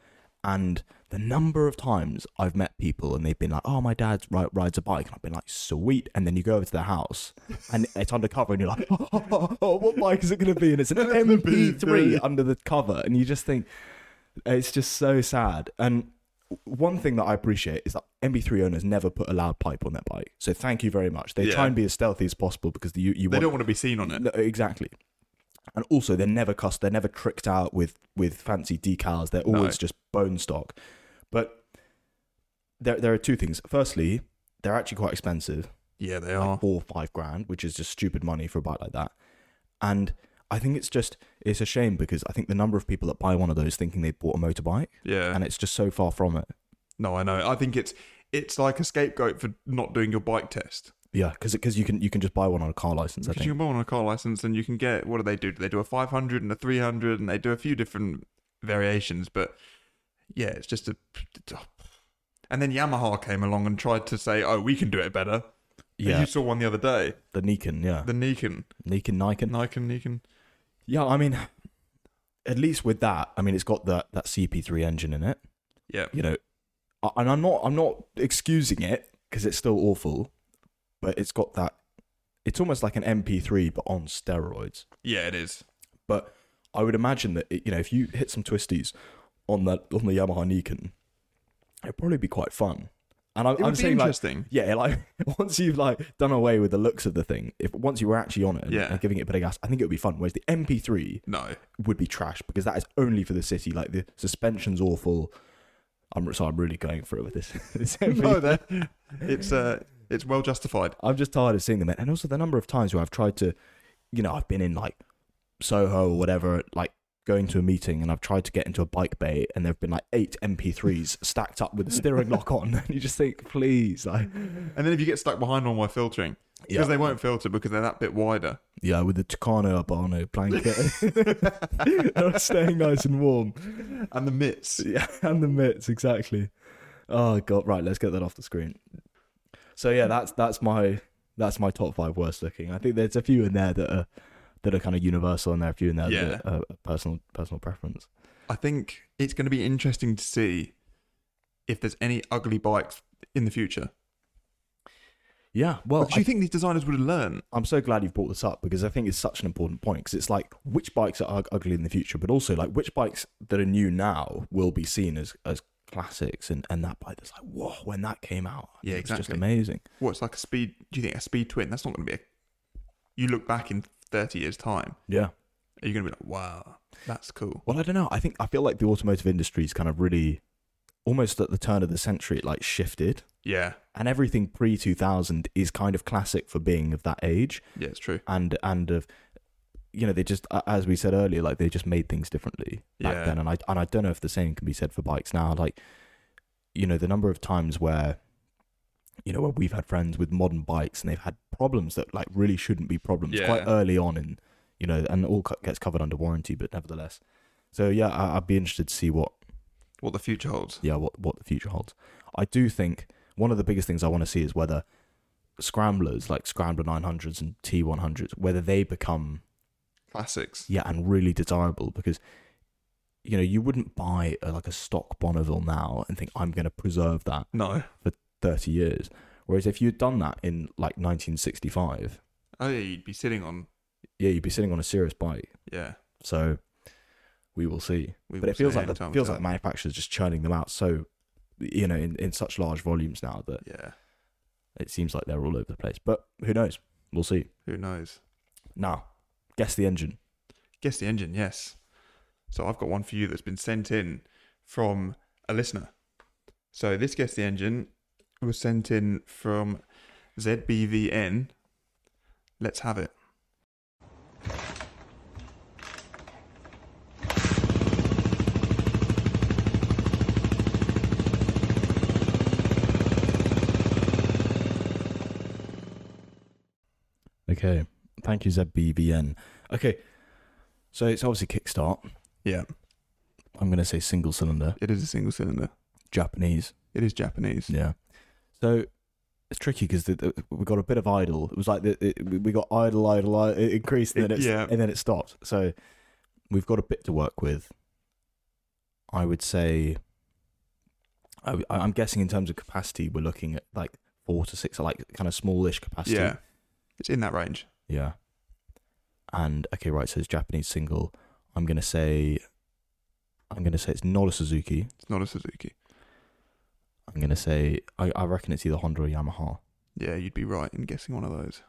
S3: and the number of times I've met people and they've been like, "Oh, my dad ri- rides a bike," and I've been like, "Sweet," and then you go over to their house and it's undercover, and you're like, "Oh, oh, oh, oh, what bike is it going to be?" And it's an MP3 under the cover, and you just think it's just so sad. And one thing that I appreciate is that MB3 owners never put a loud pipe on their bike. So thank you very much. They
S1: Yeah.
S3: try and be as stealthy as possible because you you
S1: They
S3: want
S1: don't want to be seen on it.
S3: no, exactly. And also, they're never cussed. They're never tricked out with with fancy decals. They're
S1: No.
S3: always just bone stock. But there there are two things. Firstly, they're actually quite expensive,
S1: Yeah, they
S3: like
S1: are.
S3: four or five grand, which is just stupid money for a bike like that. And I think it's just it's a shame because I think the number of people that buy one of those thinking they bought a motorbike
S1: Yeah.
S3: and it's just so far from it.
S1: No, I know. I think it's it's like a scapegoat for not doing your bike test.
S3: Yeah, because you can you can just buy one on a car license. I
S1: Because
S3: think
S1: you can buy one on a car license and you can get what do they do? They do a five hundred and a three hundred and they do a few different variations, but yeah, it's just a and then Yamaha came along and tried to say, Oh, we can do it better.
S3: yeah,
S1: You saw one the other day.
S3: the Nikon, yeah,
S1: The Nikon.
S3: Nikon, Nikon.
S1: Nikon Nikon.
S3: Yeah, I mean, at least with that, I mean, it's got that that CP3 engine in it.
S1: Yeah.
S3: You know, I- and I'm not I'm not excusing it because it's still awful, but it's got that. It's almost like an MP3 but on steroids.
S1: Yeah, it is.
S3: But I would imagine that it, you know if you hit some twisties on that on the Yamaha Nikon, it'd probably be quite fun. And I,
S1: It would
S3: I'm
S1: be
S3: saying like
S1: interesting.
S3: yeah, like once you've like done away with the looks of the thing, if once you were actually on it and,
S1: Yeah.
S3: and giving it a bit of gas, I think it would be fun. Whereas the MP3,
S1: no.
S3: would be trash because that is only for the city. Like the suspension's awful. I'm sorry, I'm really going for it with this. this MP.
S1: No, that- it's uh it's well justified.
S3: I'm just tired of seeing them, and also the number of times where I've tried to, you know, I've been in like Soho or whatever, like going to a meeting, and I've tried to get into a bike bay, and there've been like eight MP3s stacked up with the steering lock on, and you just think, please, like,
S1: And then if you get stuck behind one while filtering, because
S3: yeah,
S1: they won't filter because they're that bit wider.
S3: yeah, with the Tucano Urbano blanket, They're staying nice and warm.
S1: And the mitts.
S3: Yeah, and the mitts exactly. Oh god, right, let's get that off the screen. So yeah, that's that's my that's my top five worst looking. I think there's a few in there that are that are kind of universal, and there are a few in there
S1: Yeah.
S3: that are personal personal preference.
S1: I think it's going to be interesting to see if there's any ugly bikes in the future.
S3: Yeah, well,
S1: Because
S3: I,
S1: you think these designers would have learned?
S3: I'm so glad you've brought this up because I think it's such an important point because it's like which bikes are ug- ugly in the future, but also like which bikes that are new now will be seen as as classics, and and that bike that's like whoa when that came out,
S1: Yeah,
S3: it's just
S1: exactly.
S3: amazing.
S1: What's like a speed? Do you think a speed twin? That's not going to be. A, you look back in thirty years' time,
S3: Yeah.
S1: are you going to be like, "Wow, that's cool."
S3: Well, I don't know. I think I feel like the automotive industry's kind of really, almost at the turn of the century, it like shifted,
S1: Yeah,
S3: and everything pre two thousand is kind of classic for being of that age,
S1: yeah, it's true.
S3: and and of, you know, they just a- as we said earlier, like they just made things differently back
S1: Yeah.
S3: then, and I and I don't know if the same can be said for bikes now. Like, you know, the number of times where, you know, where we've had friends with modern bikes and they've had problems that like really shouldn't be problems quite
S1: Yeah.
S3: early on, and you know, and all co- gets covered under warranty, but nevertheless. So yeah, I, I'd be interested to see what
S1: What the future holds.
S3: yeah what what the future holds. I do think one of the biggest things I want to see is whether scramblers like scrambler 900s and T100s whether they become
S1: Classics.
S3: yeah and really desirable because you know you wouldn't buy a, like a stock Bonneville now and think I'm going to preserve that
S1: No.
S3: 30 years whereas if you'd done that in like 1965
S1: Oh yeah, you'd be sitting on.
S3: yeah you'd be sitting on a serious bike
S1: Yeah.
S3: so we will see
S1: We
S3: but
S1: will
S3: it feels
S1: say
S3: like the,
S1: anytime we
S3: feels
S1: tell
S3: like
S1: them.
S3: manufacturers just churning them out so you know, in, in such large volumes now that
S1: Yeah.
S3: it seems like they're all over the place. But who knows? We'll see.
S1: Who knows?
S3: Now, guess the engine.
S1: Guess the engine, yes. So I've got one for you that's been sent in from a listener. So this Guess the Engine was sent in from ZBVN. Let's have it.
S3: Okay. Thank you, ZBBN. Okay. So it's obviously kickstart.
S1: Yeah,
S3: I'm going to say single cylinder,
S1: it is a single cylinder.
S3: Japanese.
S1: It is Japanese.
S3: Yeah. So it's tricky because we got a bit of idle. It was like the, it, we we got idle, idle, idle. It increased and then
S1: It-
S3: it,
S1: yeah.
S3: and then it stopped. So we've got a bit to work with. I would say. I, w- I'm guessing in terms of capacity, we're looking at like four to six, like kind of smallish capacity.
S1: Yeah, it's in that range.
S3: Yeah. And okay, right. So it's Japanese single. I'm gonna say. I'm gonna say it's not a Suzuki.
S1: It's not a Suzuki.
S3: I'm gonna say I, I reckon it's either Honda or Yamaha.
S1: Yeah, you'd be right in guessing one of those.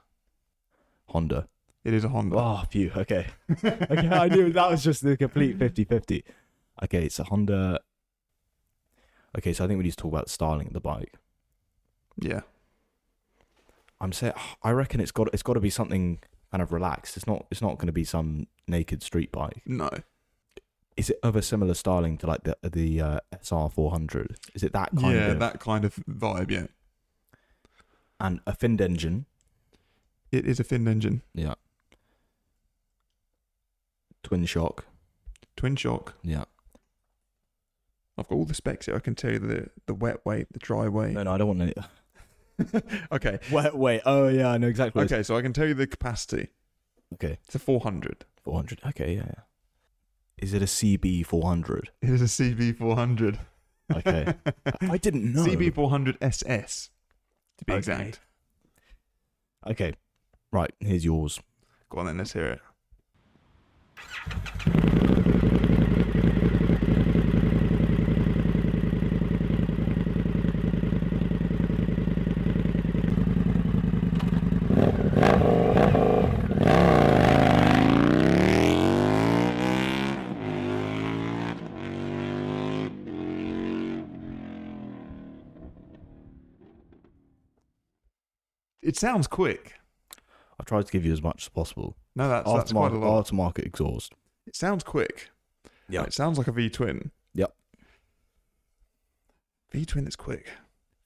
S3: Honda.
S1: It is a Honda.
S3: Oh, phew. Okay. okay. I knew that was just the complete 50 50. Okay. It's a Honda. Okay. So I think we need to talk about the styling of the bike.
S1: Yeah,
S3: I'm saying, I reckon it's got, it's got to be something kind of relaxed. It's not, it's not going to be some naked street bike.
S1: no,
S3: Is it of a similar styling to like the, the uh, SR 400? Is it that kind
S1: yeah,
S3: of,
S1: that kind of vibe. Yeah,
S3: and a finned engine?
S1: it is a fin engine,
S3: Yeah. Twin shock.
S1: twin shock.
S3: Yeah.
S1: I've got all the specs here. I can tell you the the wet weight, the dry weight.
S3: No, no, I don't want any.
S1: okay,
S3: Wait, wait. Oh, yeah. I know exactly.
S1: okay. So I can tell you the capacity.
S3: Okay.
S1: It's a 400.
S3: 400. Okay, yeah, yeah. Is it a CB 400?
S1: It is a CB 400.
S3: Okay. I didn't know.
S1: CB 400 SS, to be
S3: Okay.
S1: exact.
S3: Okay. Right, here's yours.
S1: Go on then, let's hear it. It sounds quick.
S3: I've tried to give you as much as possible.
S1: No, that's, that's quite a
S3: Aftermarket,
S1: lot.
S3: aftermarket exhaust.
S1: It sounds quick.
S3: Yeah.
S1: It sounds like a V twin.
S3: Yep.
S1: V twin that's quick.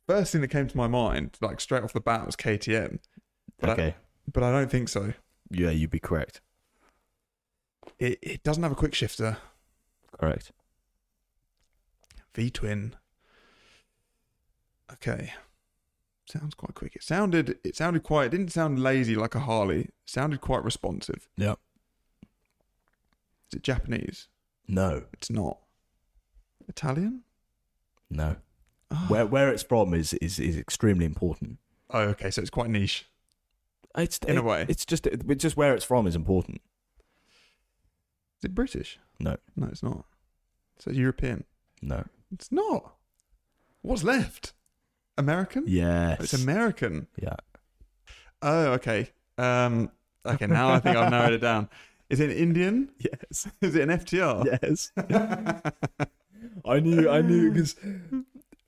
S1: First thing that came to my mind, like straight off the bat, was KTM, But I-
S3: okay.
S1: but I don't think so.
S3: Yeah, you'd be correct.
S1: It, it doesn't have a quick shifter.
S3: Correct.
S1: V twin. Okay. Sounds quite quick. It sounded it sounded quite it didn't sound lazy like a Harley. It sounded quite responsive.
S3: Yep.
S1: Is it Japanese?
S3: No,
S1: It's not. Italian?
S3: no.
S1: Ah.
S3: Where where it's from is is, is extremely important.
S1: Oh, okay, so it's quite niche.
S3: It's
S1: In a way.
S3: It's just it's just where it's from is important.
S1: Is it British?
S3: No.
S1: No, it's not. So it's European.
S3: No.
S1: It's not. What's left? American?
S3: Yes.
S1: It's American.
S3: yeah.
S1: Oh, okay. Um, okay, now I think I've narrowed it down. Is it Indian?
S3: Yes.
S1: Is it an FTR?
S3: Yes. I knew, I knew, because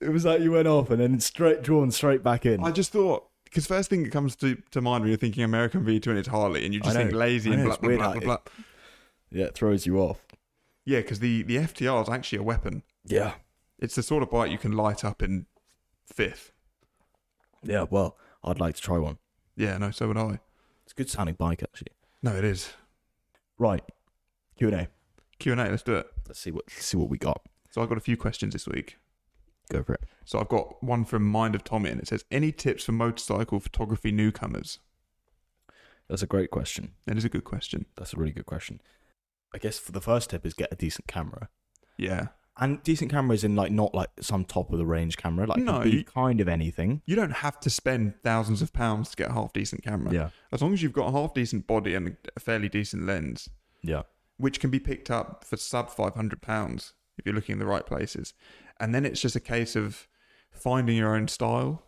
S3: it was like you went off and then straight drawn straight back in.
S1: I just thought because first thing that comes to, to mind when you're thinking American V2 and it's Harley, and you
S3: I
S1: just
S3: know.
S1: think lazy
S3: I
S1: and
S3: know,
S1: blah
S3: it's
S1: blah
S3: weird
S1: blah,
S3: how
S1: blah
S3: it-
S1: blah.
S3: yeah, it throws you off.
S1: Yeah, because the the FTR is actually a weapon.
S3: Yeah,
S1: It's the sort of bike you can light up in fifth.
S3: yeah. Well, I'd like to try one.
S1: Yeah, no, so would I.
S3: It's a good sounding bike, actually.
S1: No, it is
S3: Right, Q and A.
S1: Q and A. Let's do it.
S3: Let's see what see what we got.
S1: So I've got a few questions this week.
S3: Go for it.
S1: So I've got one from Mind of Tommy, and it says, "Any tips for motorcycle photography newcomers?"
S3: That's a great question.
S1: That is a good question.
S3: That's a really good question. I guess for the first tip is get a decent camera,
S1: Yeah,
S3: and decent cameras in like not like some top of the range camera, like
S1: No,
S3: no, be
S1: you-
S3: kind of anything.
S1: you don't have to spend thousands of pounds to get a half decent camera.
S3: Yeah,
S1: As long as you've got a half decent body and a fairly decent lens,
S3: yeah,
S1: which can be picked up for sub five hundred pounds if you're looking in the right places, and then it's just a case of finding your own style.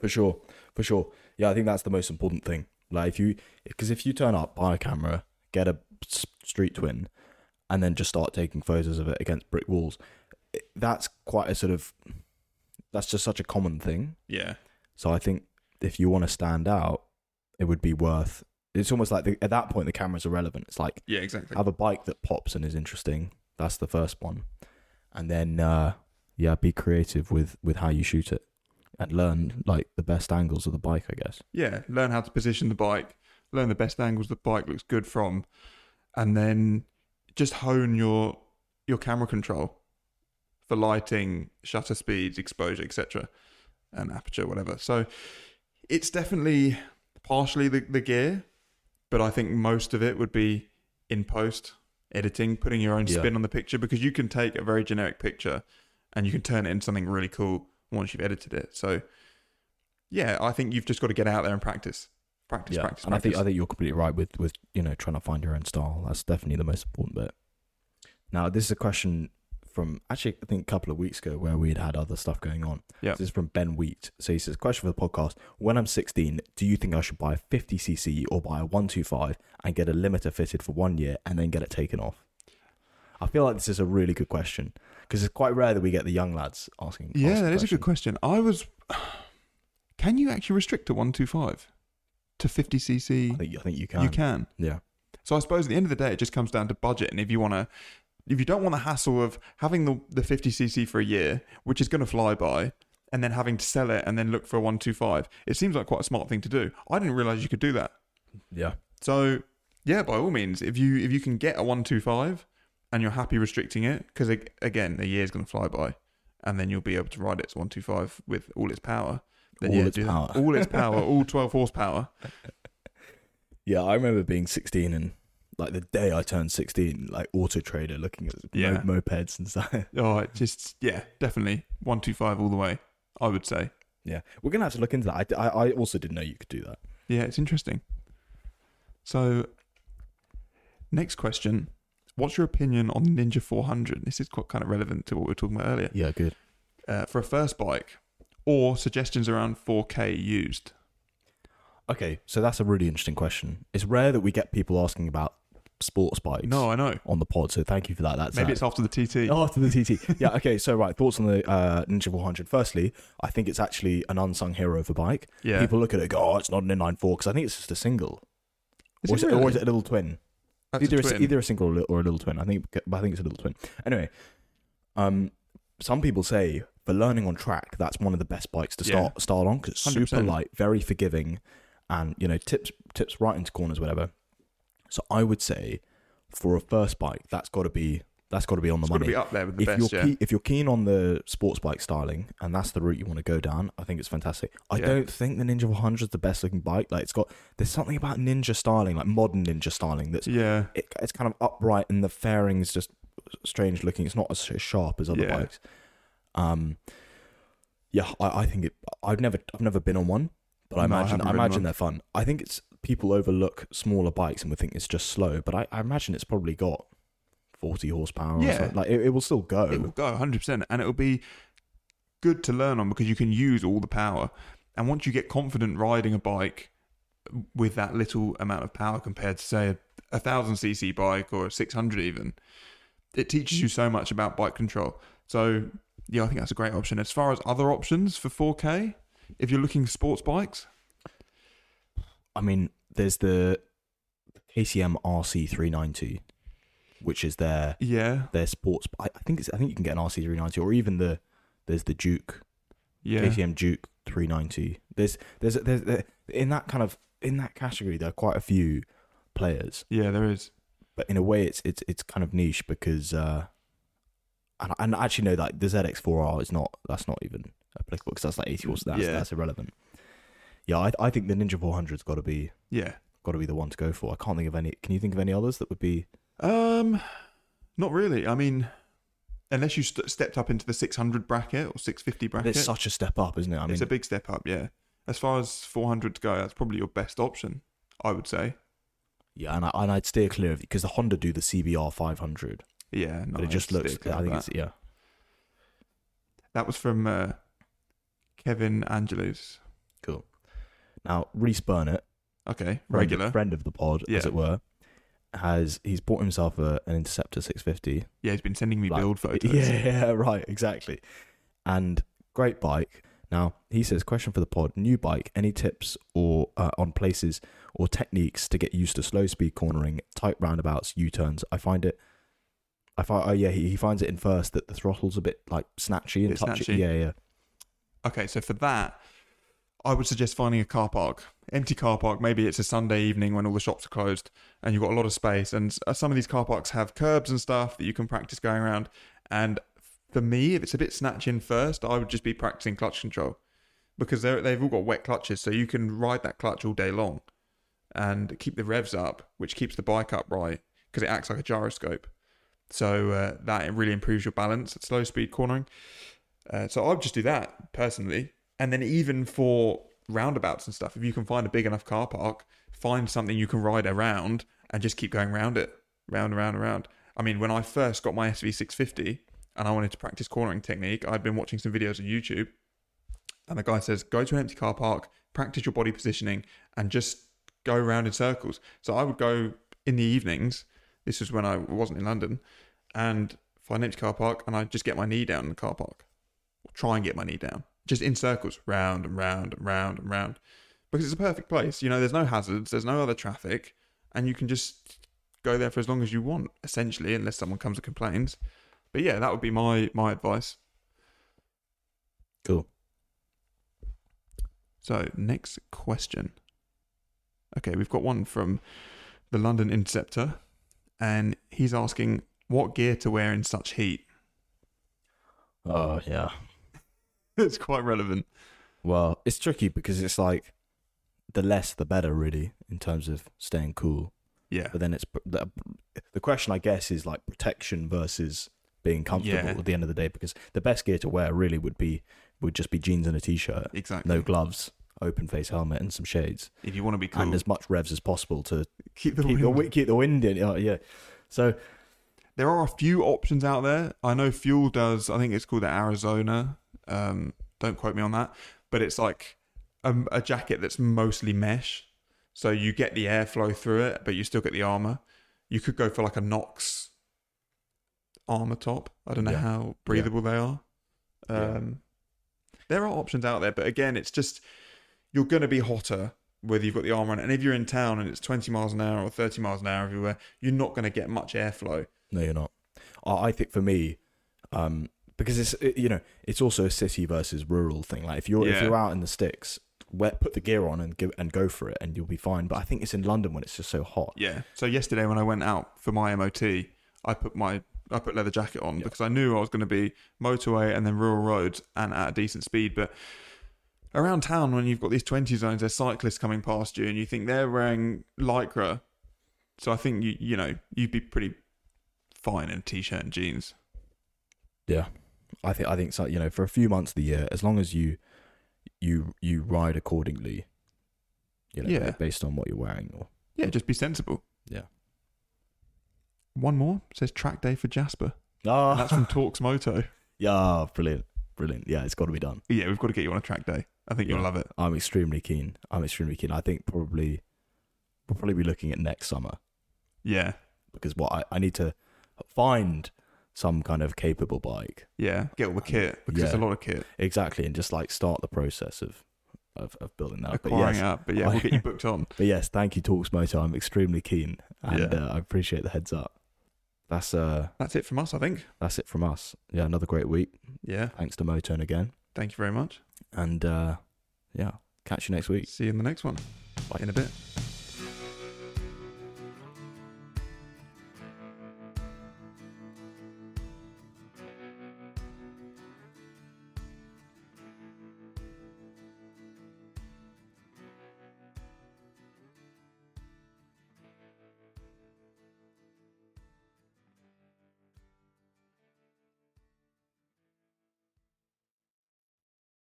S3: For sure, for sure. Yeah, I think that's the most important thing. Like if you, because if you turn up, buy a camera, get a s- street twin, and then just start taking photos of it against brick walls, it- that's quite a sort of, that's just such a common thing.
S1: Yeah,
S3: So I think if you want to stand out, it would be worth. It's almost like the, at that point the camera's irrelevant. It's like
S1: yeah, exactly.
S3: have a bike that pops and is interesting. That's the first one, and then uh, yeah, be creative with with how you shoot it, and learn like the best angles of the bike, I guess.
S1: yeah, learn how to position the bike, learn the best angles the bike looks good from, and then just hone your your camera control for lighting, shutter speeds, exposure, etc., and aperture, whatever. So it's definitely partially the, the gear, but I think most of it would be in post editing, putting your own
S3: Yeah.
S1: spin on the picture because you can take a very generic picture and you can turn it into something really cool once you've edited it. So yeah, I think you've just got to get out there and practice, practice, practice,
S3: and I
S1: practice.
S3: think I think you're completely right with with you know trying to find your own style. That's definitely the most important bit. Now, this is a question from actually I think a couple of weeks ago where we'd had other stuff going on.
S1: Yeah.
S3: this is from Ben Wheat. So he says, question for the podcast: When I'm 16, do you think I should buy a 50 cc or buy a 125 and get a limiter fitted for one year and then get it taken off? I feel like this is a really good question because it's quite rare that we get the young lads asking.
S1: Yeah,
S3: asking
S1: that is a good
S3: questions.
S1: question. I was. Can you actually restrict to 125 to 50
S3: I
S1: cc?
S3: think I think you can.
S1: You can.
S3: Yeah.
S1: So I suppose at the end of the day, it just comes down to budget. And if you want to, if you don't want the hassle of having the, the 50 cc for a year, which is going to fly by, and then having to sell it and then look for a 125, it seems like quite a smart thing to do. I didn't realize you could do that.
S3: Yeah.
S1: So yeah, by all means, if you if you can get a one two five, and you're happy restricting it, because again, the year's going to fly by, and then you'll be able to ride its one two five with all its power. Then
S3: All
S1: yeah,
S3: its
S1: do that.
S3: power.
S1: all its power, all twelve horsepower.
S3: Yeah, I remember being 16 and like the day I turned 16, like Auto Trader looking at
S1: Yeah.
S3: mo- mopeds and stuff.
S1: Oh, it just yeah, definitely one two five all the way. I would say.
S3: yeah, we're gonna have to look into that. I, I, I also didn't know you could do that.
S1: Yeah, it's interesting. So, next question: What's your opinion on the Ninja 400? This is quite kind of relevant to what we were talking about earlier.
S3: Yeah, good.
S1: uh, for a first bike or suggestions around 4K used.
S3: Okay, so that's a really interesting question. It's rare that we get people asking about sports bikes
S1: No, I know.
S3: on the pod, so thank you for that. That's
S1: Maybe
S3: uh,
S1: it's after the TT.
S3: Oh, after the TT. yeah, okay, so right, thoughts on the uh, Ninja 400. Firstly, I think it's actually an unsung hero of a bike.
S1: yeah.
S3: People look at it and go, oh, it's not an inline four, because I think it's just a single.
S1: Is
S3: or,
S1: it
S3: is it, or
S1: really?
S3: is it a little twin?
S1: That's a
S3: either a,
S1: twin.
S3: either a single or a li- or a little twin. I think, but I think it's a little twin. Anyway, um, some people say for learning on track, that's one of the best bikes to
S1: Yeah.
S3: start start on because it's super
S1: 100%.
S3: light, very forgiving, and you know tips tips right into corners, whatever. So I would say for a first bike, that's got to be that's got to be on the
S1: It's got to
S3: money.
S1: be up there with the
S3: if
S1: best,
S3: you're
S1: yeah.
S3: keen, if you're keen on the sports bike styling and that's the route you want to go down, I think it's fantastic. I
S1: Yeah.
S3: don't think the Ninja 400 is the best looking bike. Like it's got there's something about Ninja styling, like modern Ninja styling, that's
S1: yeah.
S3: it, it's kind of upright and the fairings just strange looking. It's not as sharp as other
S1: Yeah.
S3: bikes. Um, yeah, I, I think it. I've never I've never been on one, but I
S1: No, I
S3: imagine
S1: haven't
S3: I,
S1: ridden
S3: imagine
S1: one.
S3: they're fun. I think it's people overlook smaller bikes and would think it's just slow, but I, I imagine it's probably got forty horsepower.
S1: Yeah.
S3: or something. like it, it will still go.
S1: It will go 100%. And it will be good to learn on because you can use all the power. And once you get confident riding a bike with that little amount of power compared to, say, a 1000cc bike or a 600 even, it teaches you so much about bike control. So, yeah, I think that's a great option. As far as other options for 4K, if you're looking for sports bikes,
S3: I mean, there's the KCM RC three ninety, which is their
S1: yeah,
S3: their sports. I, I think it's I think you can get an RC three ninety or even the there's the Duke
S1: yeah.
S3: KTM Duke 390. There's, there's, there's, there- in that kind of in that category, there are quite a few players,
S1: Yeah, there is.
S3: but in a way, it's it's it's kind of niche because, uh, and, and actually no, like the ZX4R is not that's not even applicable because that's like 80 horse. That's,
S1: Yeah.
S3: that's irrelevant. Yeah, I, I think the Ninja 400's got to be
S1: Yeah.
S3: got to be the one to go for. I can't think of any. Can you think of any others that would be?
S1: Um, not really. I mean, unless you st- stepped up into the 600 bracket or 650 bracket,
S3: It's such a step up, isn't it? I mean,
S1: it's a big step up. Yeah. As far as 400 go, that's probably your best option, I would say.
S3: yeah, and I, and I'd steer clear of because the Honda do the CBR 500,
S1: Yeah. No,
S3: but it just
S1: I'd
S3: looks.
S1: stick with
S3: I think
S1: that.
S3: it's yeah.
S1: That was from uh, Kevin Angelos.
S3: Cool. Now, Reese Burnett,
S1: Okay,
S3: friend-
S1: regular.
S3: friend of the pod, as
S1: Yeah.
S3: it were, has he's bought himself a, an Interceptor 650.
S1: Yeah, he's been sending me
S3: Like,
S1: build photos.
S3: Yeah, right, exactly. And great bike. Now he says, question for the pod: new bike. Any tips or uh, on places or techniques to get used to slow speed cornering, tight roundabouts, U turns? I find it. I find. Oh yeah, he, he finds it in first that the throttle's a bit like snatchy and
S1: Bit
S3: touchy.
S1: snatchy.
S3: Yeah, yeah.
S1: Okay, so for that, I would suggest finding a car park, empty car park. Maybe it's a Sunday evening when all the shops are closed and you've got a lot of space. And s- uh, some of these car parks have curbs and stuff that you can practice going around. And for me, if it's a bit snatching first, I would just be practicing clutch control because they're, they've all got wet clutches, so you can ride that clutch all day long and keep the revs up, which keeps the bike upright because it acts like a gyroscope. So uh, that really improves your balance at slow speed cornering. Uh, so I would just do that personally. And then even for roundabouts and stuff, if you can find a big enough car park, find something you can ride around and just keep going round it, round and round and round. I mean, when I first got my SV650 and I wanted to practice cornering technique, I'd been watching some videos on YouTube, and the guy says, "Go to an empty car park, practice your body positioning, and just go around in circles." So I would go in the evenings. This was when I wasn't in London, and find an empty car park, and I'd just get my knee down in the car park try and get my knee down, just in circles, round and round and round and round, because it's a perfect place. You know, there's no hazards, there's no other traffic, and you can just go there for as long as you want, essentially, unless someone comes and complains. But yeah, that would be my my advice.
S3: Cool.
S1: So next question. Okay, we've got one from the London Interceptor, and he's asking what gear to wear in such heat.
S3: Oh yeah.
S1: it's quite relevant.
S3: Well, it's tricky because it's like the less the better, really, in terms of staying cool.
S1: Yeah,
S3: But then it's the, the question, I guess, is like protection versus being comfortable
S1: Yeah.
S3: at the end of the day. Because the best gear to wear really would be would just be jeans and a t-shirt,
S1: exactly.
S3: no gloves, open face helmet, and some shades,
S1: if you want to be cool,
S3: and as much revs as possible to
S1: keep the
S3: keep the,
S1: wind.
S3: wi- keep the wind in. Oh, yeah. So
S1: there are a few options out there. I know Fuel does. I think it's called the Arizona. Um, don't quote me on that, but it's like a, a jacket that's mostly mesh, so you get the airflow through it, but you still get the armor. You could go for like a Knox armor top. I don't know
S3: Yeah.
S1: how breathable they are.
S3: Yeah.
S1: Um, There are options out there, but again, it's just you're going to be hotter whether you've got the armor on. And if you're in town and it's 20 miles an hour or 30 miles an hour everywhere, you're not going to get much airflow.
S3: no, you're not. I, I think for me, um, because it's it, you know it's also a city versus rural thing. Like if you're if
S1: Yeah.
S3: you're out in the sticks. Wear, put the gear on and give, and go for it, and you'll be fine. But I think it's in London when it's just so hot.
S1: Yeah. So yesterday when I went out for my MOT, I put my I put leather jacket on because I knew I was going to be motorway and then rural roads and at a decent speed. But around town, when you've got these twenty zones, there's cyclists coming past you, and you think they're wearing lycra. So I think you you know you'd be pretty fine in a t-shirt and jeans.
S3: Yeah, I think I think so. You know, for a few months of the year, as long as you you you ride accordingly, you know,
S1: Yeah.
S3: based on what you're wearing, or
S1: Yeah, just be sensible.
S3: Yeah.
S1: One more says track day for Jasper.
S3: ah,
S1: That's from Talks Moto.
S3: yeah, brilliant, brilliant. Yeah, it's got to be done.
S1: Yeah, we've got to get you on a track day. I think you'll
S3: Yeah.
S1: love it.
S3: I'm extremely keen. I'm extremely keen. I think probably we'll probably be looking at next summer
S1: Yeah,
S3: because what I, I need to find some kind of capable bike
S1: yeah. Get all the kit because it's a
S3: Yeah.
S1: lot of kit.
S3: exactly, and just like start the process of of, of building that. up. Uh, But
S1: acquiring
S3: yes,
S1: it up. But yeah, we'll get you booked on.
S3: But yes, thank you, Talks Motor. I'm extremely keen, and
S1: Yeah.
S3: uh, I appreciate the heads up. That's uh,
S1: That's it from us, I think.
S3: that's it from us. Yeah, another great week.
S1: Yeah.
S3: Thanks to Moturn again,
S1: Thank you very much.
S3: and uh, yeah, catch you next week.
S1: See you in the next one.
S3: Bye.
S1: In a bit.